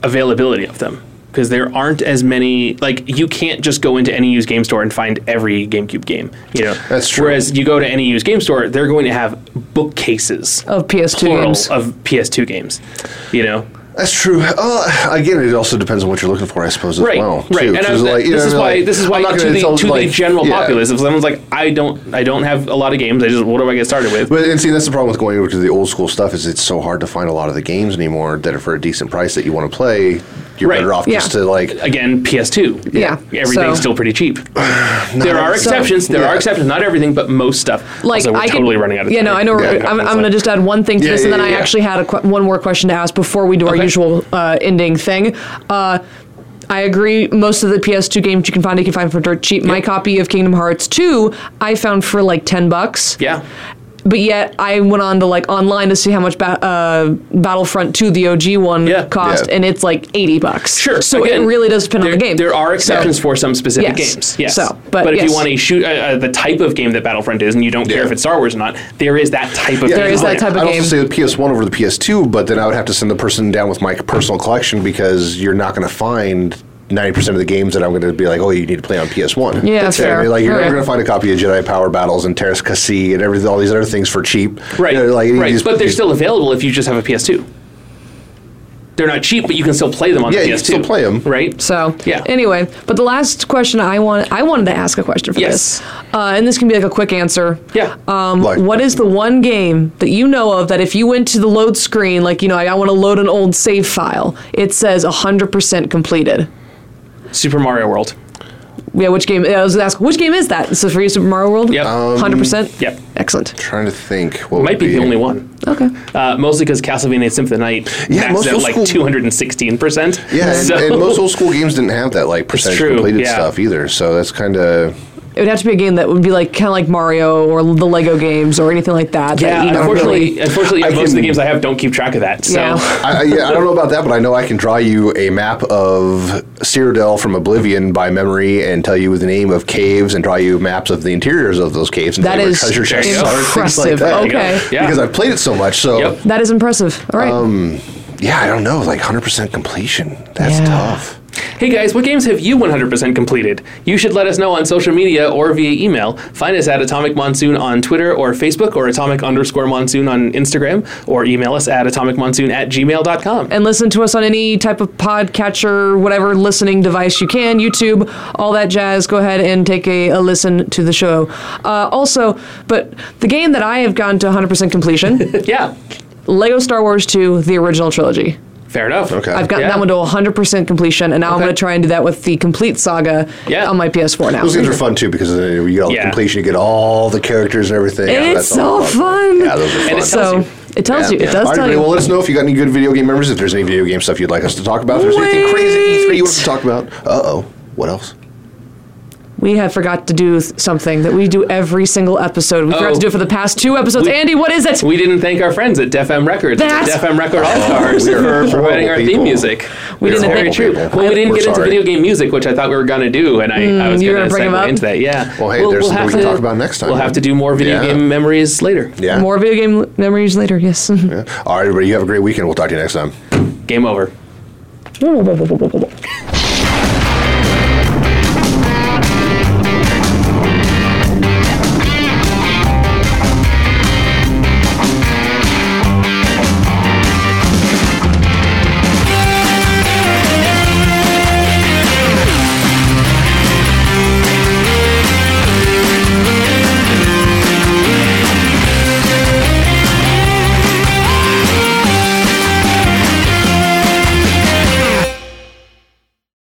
Speaker 4: availability of them. Because there aren't as many, like you can't just go into any used game store and find every GameCube game, you know.
Speaker 5: That's true.
Speaker 4: Whereas you go to any used game store, they're going to have bookcases
Speaker 3: Of PS2
Speaker 4: plural,
Speaker 3: games.
Speaker 4: of PS2 games, you know.
Speaker 5: that's true. Uh, again, it also depends on what you're looking for, I suppose, as
Speaker 4: right,
Speaker 5: well.
Speaker 4: right.
Speaker 5: too,
Speaker 4: and
Speaker 5: 'cause,
Speaker 4: I'm,
Speaker 5: like, you
Speaker 4: this,
Speaker 5: know,
Speaker 4: is
Speaker 5: like,
Speaker 4: why, this is why
Speaker 5: I'm not
Speaker 4: to
Speaker 5: gonna
Speaker 4: the,
Speaker 5: tell,
Speaker 4: to
Speaker 5: like,
Speaker 4: the general
Speaker 5: yeah.
Speaker 4: populace, if someone's like, I don't, I don't have a lot of games, I just what do I get started with?
Speaker 5: But and see, that's the problem with going over to the old school stuff is it's so hard to find a lot of the games anymore that are for a decent price that you want to play. You're
Speaker 4: Right.
Speaker 5: better off just
Speaker 3: Yeah.
Speaker 5: to like
Speaker 4: Again, PS2.
Speaker 3: Yeah,
Speaker 4: Everything's
Speaker 3: so-
Speaker 4: still pretty cheap. there are
Speaker 5: so-
Speaker 4: exceptions. There
Speaker 5: yeah.
Speaker 4: are exceptions. Not everything, but most stuff.
Speaker 3: like
Speaker 4: also, we're
Speaker 3: I can-
Speaker 4: totally running out of
Speaker 3: yeah,
Speaker 4: time.
Speaker 3: no, I know.
Speaker 5: Yeah,
Speaker 3: we're I'm,
Speaker 5: yeah,
Speaker 3: I'm going to just add one thing to
Speaker 5: Yeah,
Speaker 3: this, and
Speaker 5: yeah,
Speaker 3: then I
Speaker 5: yeah, yeah.
Speaker 3: actually had a qu- one more question to ask before we do our
Speaker 4: Okay.
Speaker 3: usual uh, ending thing. Uh, I agree. Most of the PS2 games you can find, you can find for dirt cheap. My copy of Kingdom Hearts 2, I found for like 10 bucks.
Speaker 4: Yeah.
Speaker 3: But yet, I went on to like online to see how much ba- uh, Battlefront 2, the OG one,
Speaker 4: Yeah.
Speaker 3: cost,
Speaker 5: Yeah.
Speaker 3: and it's like 80 bucks.
Speaker 4: Sure.
Speaker 3: So
Speaker 4: again,
Speaker 3: it really does depend
Speaker 4: there,
Speaker 3: on the game.
Speaker 4: There are exceptions
Speaker 3: So,
Speaker 4: for some specific
Speaker 3: Yes.
Speaker 4: games. Yes.
Speaker 3: So, but
Speaker 4: if
Speaker 3: yes.
Speaker 4: you want to shoot uh, uh, the type of game that Battlefront is, and you don't care
Speaker 5: Yeah.
Speaker 4: if it's Star Wars or not, there is that type of.
Speaker 5: Yeah,
Speaker 4: game
Speaker 3: There is
Speaker 4: on
Speaker 3: that
Speaker 4: it.
Speaker 3: type of
Speaker 5: I'd
Speaker 3: game.
Speaker 5: also say the PS1 over the PS2, but then I would have to send the person down with my personal collection because you're not going to find 90% of the games that I'm going to be like, oh, you need to play on PS1.
Speaker 3: Yeah,
Speaker 5: That's
Speaker 3: fair.
Speaker 5: Like, you're
Speaker 3: Alright.
Speaker 5: never going to find a copy of Jedi Power Battles and Terrace Kasi and everything, all these other things for cheap.
Speaker 4: Right.
Speaker 5: You know, like, any of
Speaker 4: right.
Speaker 5: these-
Speaker 4: but they're still available if you just have a PS2. They're not cheap, but you can still play them on
Speaker 5: Yeah,
Speaker 4: the PS2.
Speaker 5: you can still play 'em.
Speaker 4: Right.
Speaker 3: So
Speaker 4: Yeah.
Speaker 3: Anyway, but the last question I want I wanted to ask a question for
Speaker 4: Yes.
Speaker 3: this, uh, and this can be like a quick answer.
Speaker 4: Yeah.
Speaker 3: Um,
Speaker 5: Like-
Speaker 3: what is the one game that you know of that if you went to the load screen, like you know, I, I want to load an old save file, it says 100% completed.
Speaker 4: Super Mario World.
Speaker 3: Yeah, which game? I was asking, which game is that? So for you, Super Mario World.
Speaker 4: Yep. Um,
Speaker 3: 100%.
Speaker 4: yep.
Speaker 3: Excellent.
Speaker 5: trying to think. What
Speaker 4: Might
Speaker 5: would
Speaker 4: be the only one.
Speaker 3: Okay.
Speaker 4: Uh, mostly because Castlevania Symphony of the Night
Speaker 5: Yeah, most
Speaker 4: maxed out
Speaker 5: old
Speaker 4: like
Speaker 5: school-
Speaker 4: 216%.
Speaker 5: Yeah, and,
Speaker 4: So-
Speaker 5: and most old school games didn't have that like percentage
Speaker 4: true,
Speaker 5: completed
Speaker 4: yeah.
Speaker 5: stuff either. So that's kind of
Speaker 3: It would have to be a game that would be like kind of like Mario or the Lego games or anything like that. that
Speaker 4: yeah,
Speaker 3: you don't
Speaker 4: unfortunately,
Speaker 3: really-
Speaker 4: unfortunately,
Speaker 5: I
Speaker 4: most of the
Speaker 5: can-
Speaker 4: games I have don't keep track of that. So
Speaker 3: Yeah.
Speaker 5: I, I- yeah, I don't know about that, but I know I can draw you a map of Cyrodiil from Oblivion by memory and tell you the name of caves and draw you maps of the interiors of those caves and
Speaker 3: That
Speaker 5: tell you where
Speaker 3: is
Speaker 5: treasure chests
Speaker 4: impressive.
Speaker 5: are and things like that.
Speaker 3: Okay.
Speaker 4: Yeah.
Speaker 5: Because I've played it so much, so
Speaker 4: Yep.
Speaker 3: That is impressive. All right.
Speaker 5: yeah, I don't know, like 100% completion. That's
Speaker 3: Yeah.
Speaker 5: tough.
Speaker 4: hey guys, what games have you 100% completed? You should let us know on social media or via email. Find us at Atomic Monsoon on Twitter or Facebook or Atomic underscore Monsoon on Instagram or email us at atomicmonsoon at gmail.com.
Speaker 3: and listen to us on any type of podcatcher, whatever listening device you can, YouTube, all that jazz. Go ahead and take a, a listen to the show. Uh, also, but the game that I have gone to 100% completion,
Speaker 4: Yeah,
Speaker 3: Lego Star Wars 2, the original trilogy.
Speaker 4: fair enough.
Speaker 5: Okay.
Speaker 3: I've gotten
Speaker 4: Yeah.
Speaker 3: that one to 100% completion, and now I'm
Speaker 4: Okay.
Speaker 3: going to try and do that with the complete saga
Speaker 4: Yeah.
Speaker 3: on my PS4 now.
Speaker 5: Those games are fun too because uh, you get all
Speaker 4: Yeah.
Speaker 5: the completion, you get all the characters and everything. Yeah,
Speaker 3: It's
Speaker 5: that's all
Speaker 3: so fun.
Speaker 5: Yeah, those are fun.
Speaker 4: And it's-
Speaker 3: so
Speaker 4: tells
Speaker 3: it tells you. It does
Speaker 5: All right,
Speaker 3: tell
Speaker 5: everybody,
Speaker 3: you.
Speaker 5: well, let us know if you got any good video game memories. If there's any video game E stuff you'd like us to talk about. If there's anything crazy at E3 you want us to talk about. Uh oh. What else?
Speaker 3: We have forgot to do th- something that we do every single episode. We forgot
Speaker 4: Oh.
Speaker 3: to do it for the past two episodes.
Speaker 4: We-
Speaker 3: Andy, what is it?
Speaker 4: We didn't thank our friends at Def M Records,
Speaker 3: That's-
Speaker 4: Def M Record All Stars,
Speaker 5: we're
Speaker 4: for
Speaker 5: horrible
Speaker 4: providing our theme
Speaker 5: people.
Speaker 4: music.
Speaker 3: We
Speaker 4: It's
Speaker 3: didn't
Speaker 4: very
Speaker 3: thank-
Speaker 4: true.
Speaker 5: people.
Speaker 4: Well, we didn't
Speaker 5: We're
Speaker 4: get into
Speaker 5: sorry.
Speaker 4: video game music, which I thought we were gonna do, and I, I was
Speaker 3: Mm, you were
Speaker 4: gonna,
Speaker 3: gonna bring 'em
Speaker 4: segue
Speaker 3: up?
Speaker 4: into that. Yeah.
Speaker 5: Well, hey, there's something
Speaker 4: have
Speaker 5: we can talk about next time,
Speaker 4: We'll have
Speaker 5: then.
Speaker 4: to do more video
Speaker 5: Yeah.
Speaker 4: game memories later.
Speaker 5: Yeah.
Speaker 3: More video game l- memories later. Yes.
Speaker 5: Yeah. All right, everybody. You have a great weekend. We'll talk to you next time.
Speaker 4: Game over.